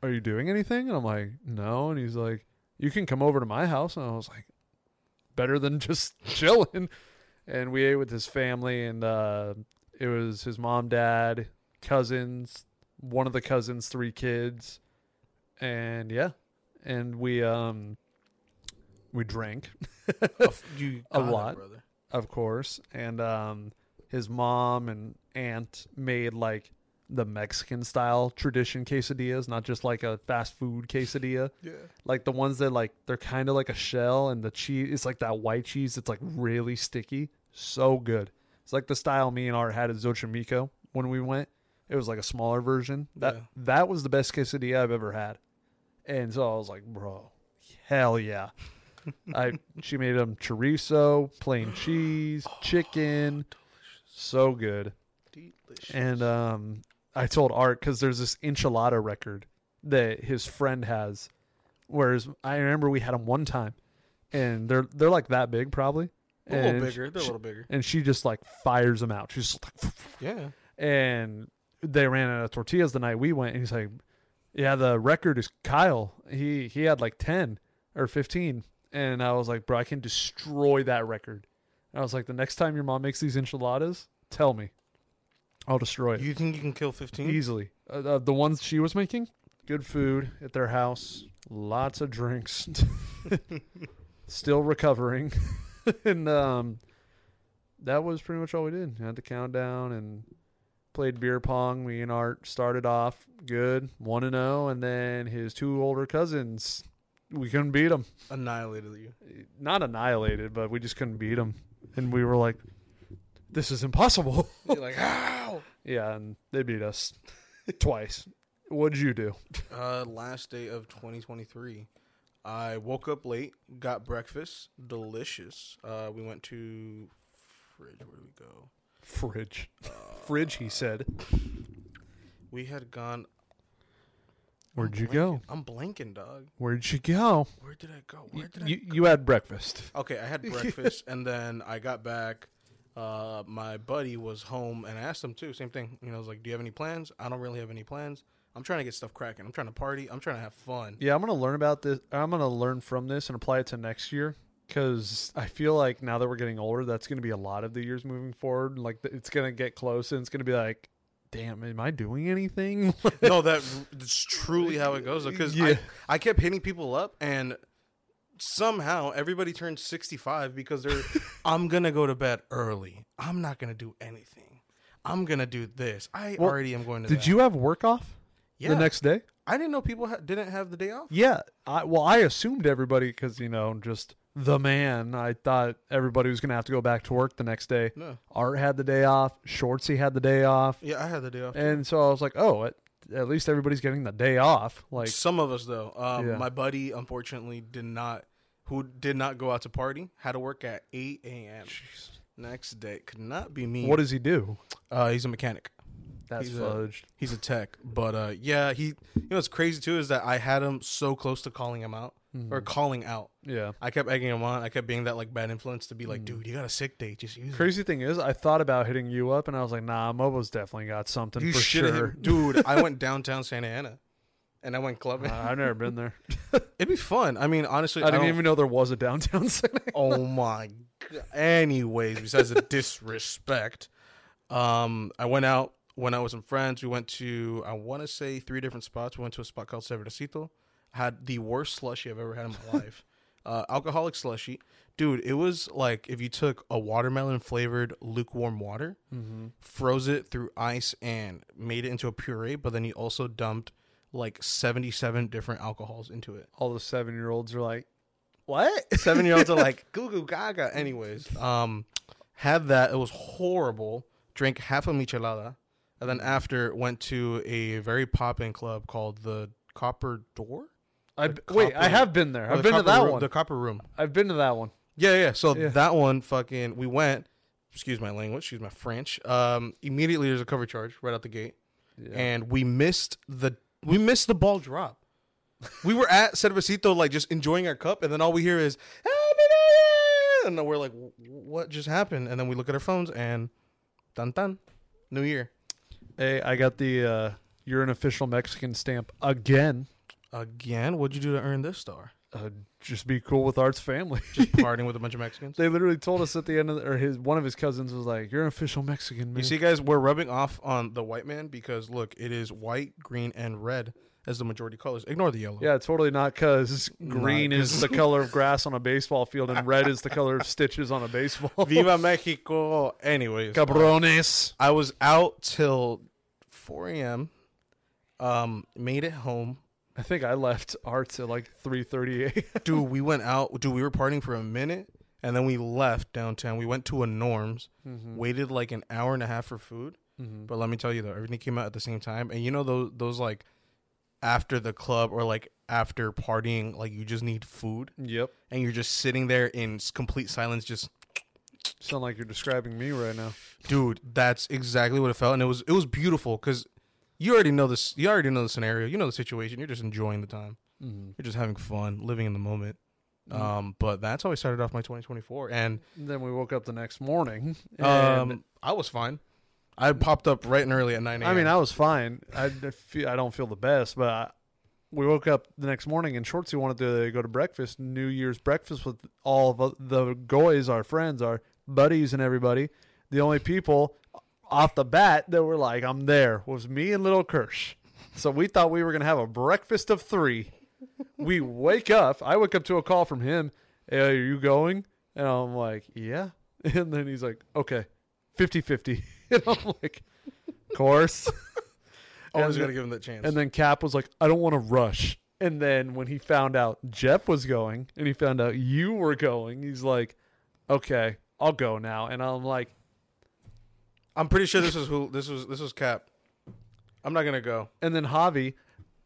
S2: are you doing anything and I'm like no and he's like you can come over to my house and I was like better than just chilling and we ate with his family and uh it was his mom dad cousins one of the cousins three kids and yeah, and we um we drank,
S1: A f- you
S2: A
S1: got it,
S2: lot.
S1: brother.
S2: of course, and um his mom and aunt made like the Mexican style tradition quesadillas, not just like a fast food quesadilla,
S1: Yeah.
S2: like the ones that like they're kind of like a shell and the cheese it's like that white cheese that's like really sticky, so good. It's like the style me and Art had at Xochimilco when we went. It was like a smaller version. That
S1: Yeah.
S2: that was the best quesadilla I've ever had. And so I was like, bro, hell yeah. I she made them chorizo, plain cheese, chicken. So good.
S1: Delicious.
S2: And um, I told Art because there's this enchilada record that his friend has. Whereas I remember we had them one time, and they're they're like that big probably,
S1: a little
S2: and
S1: bigger. They're a
S2: she-
S1: little bigger.
S2: and she just like fires them out. She's just like,
S1: Yeah.
S2: and they ran out of tortillas the night we went. And he's like, "Yeah, the record is Kyle. He he had like ten or 15. and I was like, "Bro, I can destroy that record." And I was like, "The next time your mom makes these enchiladas, tell me, I'll destroy it."
S1: You think you can kill fifteen?
S2: easily. Uh, uh, the ones she was making, good food at their house, lots of drinks. Still recovering, and um, that was pretty much all we did. Had the countdown and played beer pong. Me and Art started off good, one and zero, and then his two older cousins, we couldn't beat them.
S1: Annihilated you.
S2: Not annihilated, but we just couldn't beat them, and we were like, "This is impossible."
S1: You're like how?
S2: Yeah, and they beat us twice. What'd you do?
S1: Uh, last day of 2023. I woke up late, got breakfast, delicious. Uh, we went to fridge. Where did we go?
S2: Fridge. Fridge, he said.
S1: We had gone.
S2: Where'd
S1: I'm
S2: you
S1: blanking-
S2: go?
S1: I'm blanking, dog.
S2: Where'd you go?
S1: Where did I go?
S2: You,
S1: Where did I
S2: you, you had breakfast.
S1: Okay, I had breakfast and then I got back. Uh, my buddy was home and I asked him too. Same thing. You know, I was like, "Do you have any plans?" I don't really have any plans. I'm trying to get stuff cracking. I'm trying to party. I'm trying to have fun.
S2: Yeah, I'm gonna learn about this. I'm gonna learn from this and apply it to next year because I feel like now that we're getting older, that's gonna be a lot of the years moving forward. Like th- it's gonna get close and it's gonna be like, damn, am I doing anything?
S1: no, that that's truly how it goes. Because
S2: Yeah.
S1: I, I kept hitting people up, and somehow everybody turned 65 because they're, I'm gonna go to bed early. I'm not gonna do anything. I'm gonna do this. I
S2: Well,
S1: already am going to.
S2: Did
S1: that.
S2: you have work off
S1: Yeah.
S2: the next day?
S1: I didn't know people ha- didn't have the day off.
S2: Yeah. I, well, I assumed everybody, because, you know, just the man, I thought everybody was going to have to go back to work the next day.
S1: No.
S2: Art had the day off. Shortsy had the day off.
S1: Yeah, I had the day off.
S2: And so I was like, oh, at, at least everybody's getting the day off. Like,
S1: Some of us though. Um,
S2: Yeah.
S1: My buddy unfortunately did not, who did not go out to party, had to work at 8 a.m. Next day could not be me.
S2: what does he do?
S1: Uh, he's a mechanic.
S2: That's
S1: He's a-
S2: fudged.
S1: He's a tech, but uh, yeah, he. You know what's crazy too is that I had him so close to calling him out
S2: Mm-hmm.
S1: or calling out.
S2: yeah.
S1: I kept egging him on. I kept being that like bad influence to be like, dude, you got a sick date. Just use it.
S2: Mm. Crazy thing is, I thought about hitting you up, and I was like, nah, Mobo's definitely got something
S1: You
S2: for
S1: should
S2: sure.
S1: have hit- dude. I went downtown Santa Ana, and I went clubbing.
S2: Uh, I've never been there.
S1: It'd be fun. I mean, honestly,
S2: I didn't
S1: don't-
S2: even know there was a downtown center.
S1: oh my god anyways besides the disrespect um i went out when i was some friends we went to i want to say three different spots we went to a spot called Severacito. had the worst slushy i've ever had in my life uh alcoholic slushy dude it was like if you took a watermelon flavored lukewarm water froze it through ice and made it into a puree but then you also dumped like 77 different alcohols into it
S2: All the seven year olds are like, what?
S1: seven year olds are like goo goo gaga anyways um had that it was horrible drank half a michelada and then after went to a very poppin club called the copper door
S2: I wait. I
S1: copper-
S2: have been there.
S1: Or
S2: I've
S1: the
S2: been to
S1: Copper
S2: that
S1: Room-
S2: one.
S1: the copper room
S2: I've been to that one.
S1: yeah yeah so
S2: Yeah.
S1: that one fucking we went excuse my language, excuse my French. Um, immediately there's a cover charge right out the gate,
S2: Yeah.
S1: and we missed the we missed the ball drop. we were at Cervecito, like just enjoying our cup, and then all we hear is "Happy New Year!" and then we're like, "Wh- "What just happened?" And then we look at our phones and, dun dun, New Year
S2: Hey, I got the uh, you're an official Mexican stamp again.
S1: again. What'd you do to earn this star?
S2: Uh, just be cool with Art's family.
S1: Just partying with a bunch of Mexicans.
S2: they literally told us at the end of the, or his one of his cousins was like, "You're an official Mexican man."
S1: You see, guys, we're rubbing off on the white man because look, it is white, green, and red as the majority colors. Ignore the yellow.
S2: yeah, totally not because green
S1: Not
S2: is the color of grass on a baseball field and red is the color of stitches on a baseball.
S1: Viva Mexico. Anyways,
S2: Cabrones.
S1: I was out till 4 a.m. Um, made it home.
S2: I think I left Arts at like 3:38.
S1: Dude, we went out. Dude, we were partying for a minute, and then we left downtown. We went to a Norm's, waited like an hour and a half for food. But let me tell you though, everything came out at the same time, and you know those those like after the club or like after partying, like you just need food,
S2: yep.
S1: and you're just sitting there in s- complete silence, just
S2: Sound like you're describing me right now.
S1: dude that's exactly what it felt and it was it was beautiful because you already know this you already know the scenario you know the situation you're just enjoying the time you're just having fun living in the moment
S2: Mm-hmm.
S1: um but that's how i started off my 2024 and
S2: Then we woke up the next morning. and-
S1: um i was fine i popped up right and early at 9 a.m
S2: I mean, I was fine. I, I feel, I don't feel the best, but I, we woke up the next morning and Shortsy wanted to go to breakfast, New Year's breakfast with all of uh, the goys, our friends, our buddies, and everybody. The only people off the bat that were like, I'm there was me and little Kirsch. So we thought we were going to have a breakfast of three. We wake up. I wake up to a call from him. Hey, are you going? And I'm like, yeah. And then he's like, okay, 50 50. And I'm like, course.
S1: always
S2: and-
S1: gotta give him that chance
S2: And then Cap was like, I don't want to rush. And then when he found out Jeff was going and he found out you were going, he's like, okay, I'll go now. And I'm like,
S1: i'm pretty sure this was who this was this was cap i'm not gonna go
S2: and then Javi,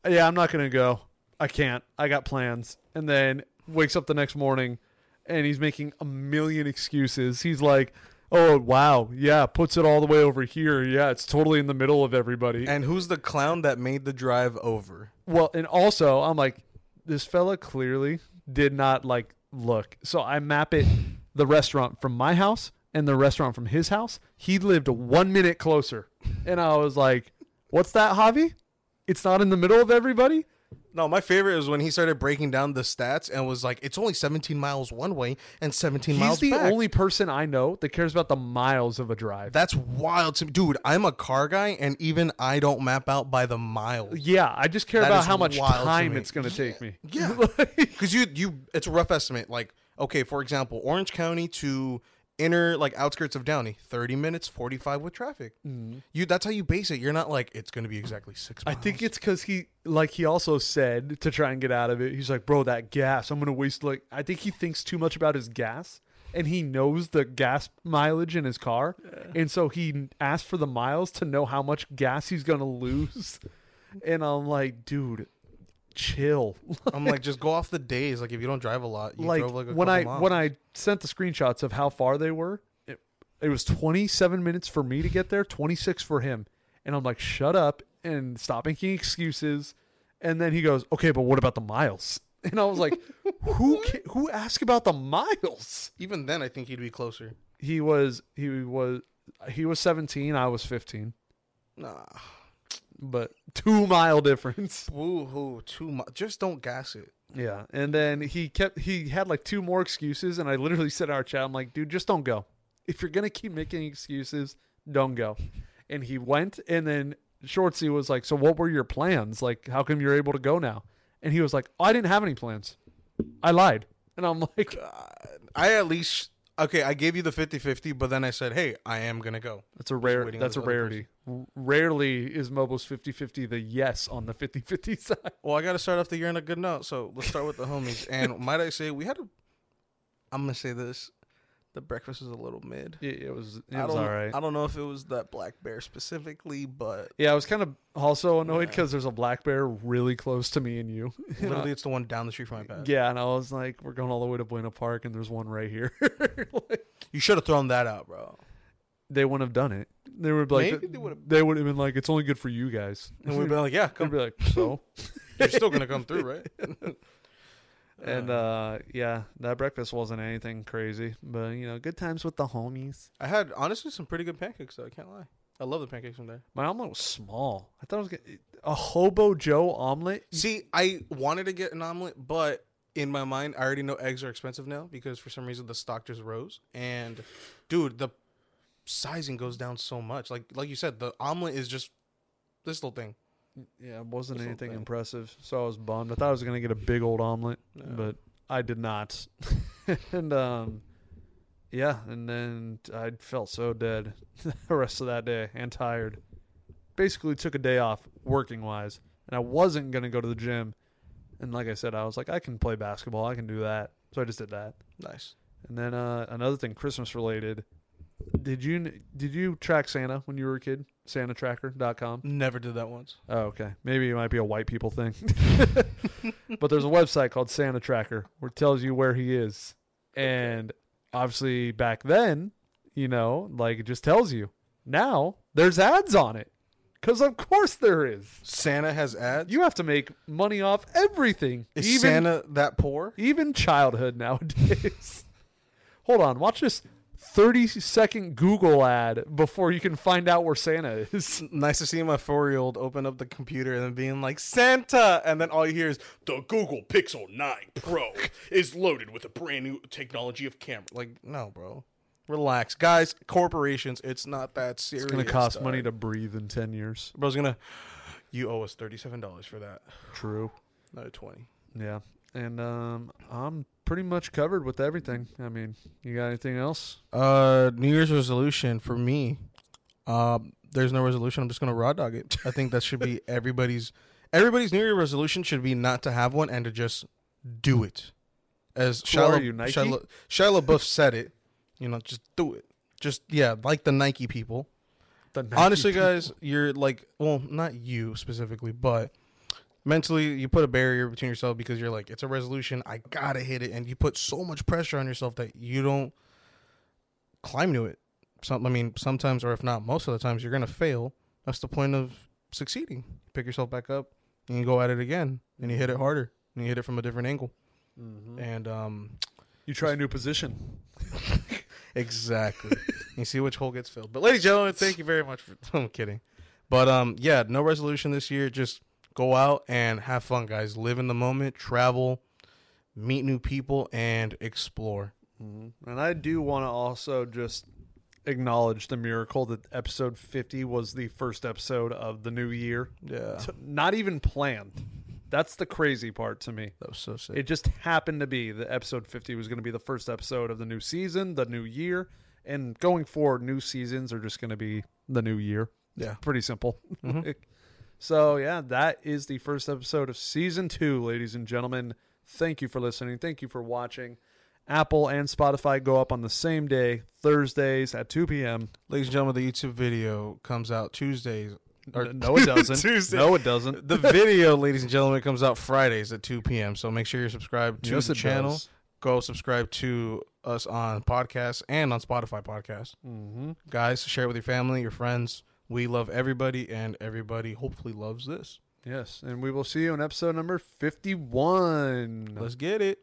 S2: yeah, I'm not going to go. I can't. I got plans. And then wakes up the next morning and he's making a million excuses. He's like, oh, wow. Yeah, puts it all the way over here. Yeah, it's totally in the middle of everybody.
S1: and who's the clown that made the drive over
S2: Well, and also I'm like, this fella clearly did not like look. So I map it the restaurant from my house and the restaurant from his house. He lived one minute closer. And I was like, What's that, Javi? It's not in the middle of everybody?
S1: No, my favorite is when he started breaking down the stats and was like, "It's only 17 miles one way and 17
S2: He's
S1: miles
S2: the
S1: back."
S2: only person I know that cares about the miles of a drive.
S1: That's wild to me, dude. I'm a car guy, and even I don't map out by the miles
S2: yeah, I just care
S1: That
S2: about
S1: is
S2: how much
S1: wild to
S2: time
S1: me.
S2: it's going to take me.
S1: Yeah. because you you it's a rough estimate. Like, okay, for example, Orange County to inner like outskirts of Downey, 30 minutes, 45 with traffic. You that's how you base it. You're not like it's going to be exactly six.
S2: Mm-hmm. I
S1: Miles.
S2: think it's because he, like, he also said to try and get out of it. He's like, bro, that gas, I'm gonna waste. Like, I think he thinks too much about his gas, and he knows the gas mileage in his car, and so he asked for the miles to know how much gas he's gonna lose. and I'm like, dude, chill.
S1: I'm like just go off the days. Like if you don't drive a lot, you
S2: like,
S1: drove like a
S2: when
S1: couple
S2: I
S1: miles.
S2: when I sent the screenshots of how far they were, it, it was 27 minutes for me to get there, 26 for him, and I'm like, shut up and stop making excuses. And then he goes, okay, but what about the miles? And I was like, who ca- who asked about the miles?
S1: even then I think he'd be closer.
S2: He was he was he was 17, I was 15,
S1: Nah.
S2: but two mile difference.
S1: Woo hoo, too much. Just don't gas it.
S2: Yeah, and then he kept he had like two more excuses, and I literally said in our chat, "I'm like, dude, just don't go. If you're gonna keep making excuses, don't go." And he went, and then Shortsy was like, "So what were your plans? Like, how come you're able to go now?" And he was like, "I didn't have any plans. I lied." And I'm like,
S1: Uh, I at least okay, I gave you the 50-50, but then I said, "Hey, I am going to go."
S2: "That's a rare.
S1: waiting on
S2: That's a
S1: this other
S2: rarity. R- Rarely is Mobile's 50-50 the yes on the 50-50 side."
S1: Well, I got to start off the year on a good note, so let's start with the homies. And might I say we had a I'm going to say this, the breakfast was a little mid.
S2: It, it was. It
S1: I
S2: was
S1: don't
S2: all right.
S1: I don't know if it was that black bear specifically, but
S2: yeah, I was kind of also annoyed because there's a black bear really close to me and you.
S1: literally it's the one down the street from my pad.
S2: Yeah, and I was like, we're going all the way to Buena Park, and there's one right here. Like,
S1: You should have thrown that out, bro.
S2: they wouldn't have done it. They would be like,
S1: Maybe
S2: they
S1: they would've-
S2: would have been like, it's only good for you guys.
S1: And we'd be like, yeah,
S2: Could
S1: come. Uh.
S2: be like, so.
S1: You're still gonna come through, right?
S2: and uh, yeah, that breakfast wasn't anything crazy, but you know, good times with the homies.
S1: I had honestly some pretty good pancakes though. I can't lie. I love the pancakes from there.
S2: My omelet was small. I thought it was gonna, a hobo Joe omelet.
S1: See, I wanted to get an omelet, but in my mind, I already know eggs are expensive now because for some reason the stock just rose. And dude, the sizing goes down so much. Like like you said, the omelet is just this little thing.
S2: Yeah, it wasn't
S1: This little
S2: anything
S1: thing.
S2: impressive, so I was bummed. I thought I was gonna get a big old omelet,
S1: No.
S2: but I did not. and um, yeah, and then I felt so dead the rest of that day and tired. Basically, took a day off working wise, and I wasn't gonna go to the gym. And like I said, I was like, I can play basketball, I can do that. So I just did that.
S1: Nice.
S2: And then uh, another thing, Christmas related. Did you did you track Santa when you were a kid? SantaTracker.com.
S1: Never did that once.
S2: Oh, okay. Maybe it might be a white people thing. but there's a website called Santa Tracker where it tells you where he is. And obviously back then, you know, like it just tells you. Now there's ads on it. Cause of course there is.
S1: Santa has ads.
S2: You have to make money off everything.
S1: Is
S2: even
S1: Santa that poor?
S2: even childhood nowadays. Hold on, watch this 30 second Google ad before you can find out where Santa is.
S1: Nice to see my four year old open up the computer and then being like, Santa! And then all you hear is,
S3: The Google Pixel 9 Pro is loaded with a brand new technology of camera.
S1: like, no, bro. Relax. Guys, corporations, it's not that serious.
S2: It's going to cost
S1: dog.
S2: money to breathe in 10 years.
S1: Bro's gonna. You owe us thirty-seven dollars for that.
S2: True.
S1: Another twenty.
S2: Yeah. And um, I'm pretty much covered with everything. I mean, you got anything else?
S1: Uh, New Year's resolution for me. Um, there's no resolution. I'm just gonna raw dog it. I think that should be everybody's. Everybody's New Year resolution should be not to have one and to just do it. As
S2: Who are
S1: Shia,
S2: you, Nike?
S1: Shia, Shia LaBeouf said it. You know, just do it. Just yeah, like the Nike people.
S2: The Nike
S1: honestly
S2: people-
S1: guys you're like well not you specifically but mentally you put a barrier between yourself because you're like it's a resolution i gotta hit it and you put so much pressure on yourself that you don't climb to it some i mean sometimes or if not most of the times you're gonna fail that's the point of succeeding pick yourself back up and you go at it again and you hit it harder and you hit it from a different angle and um
S2: You try a new position.
S1: Exactly. you see which hole gets filled. But ladies and gentlemen, thank you very much for I'm kidding. But um yeah, no resolution this year. Just go out and have fun, guys. Live in the moment, travel, meet new people, and explore.
S2: And I do want to also just acknowledge the miracle that episode 50 was the first episode of the new year.
S1: Yeah.
S2: t- not even planned. That's the crazy part to me.
S1: That was so sick.
S2: It just happened to be that episode 50 was going to be the first episode of the new season, the new year. And going forward, new seasons are just going to be the new year.
S1: Yeah. Mm-hmm.
S2: Pretty simple. so, yeah, that is the first episode of season two, ladies and gentlemen. Thank you for listening. Thank you for watching. Apple and Spotify go up on the same day, Thursdays at 2 p.m.
S1: ladies and gentlemen, the YouTube video comes out Tuesdays. Or
S2: No, it doesn't.
S1: Tuesday.
S2: No, it doesn't.
S1: the video, ladies and gentlemen, comes out Fridays at 2 p.m. So make sure you're subscribed to
S2: Yes,
S1: the
S2: it
S1: channel.
S2: does.
S1: Go subscribe to us on podcasts and on Spotify podcasts.
S2: Mm-hmm.
S1: guys share it with your family your friends we love everybody and everybody hopefully loves this
S2: Yes, and we will see you in episode number 51.
S1: let's get it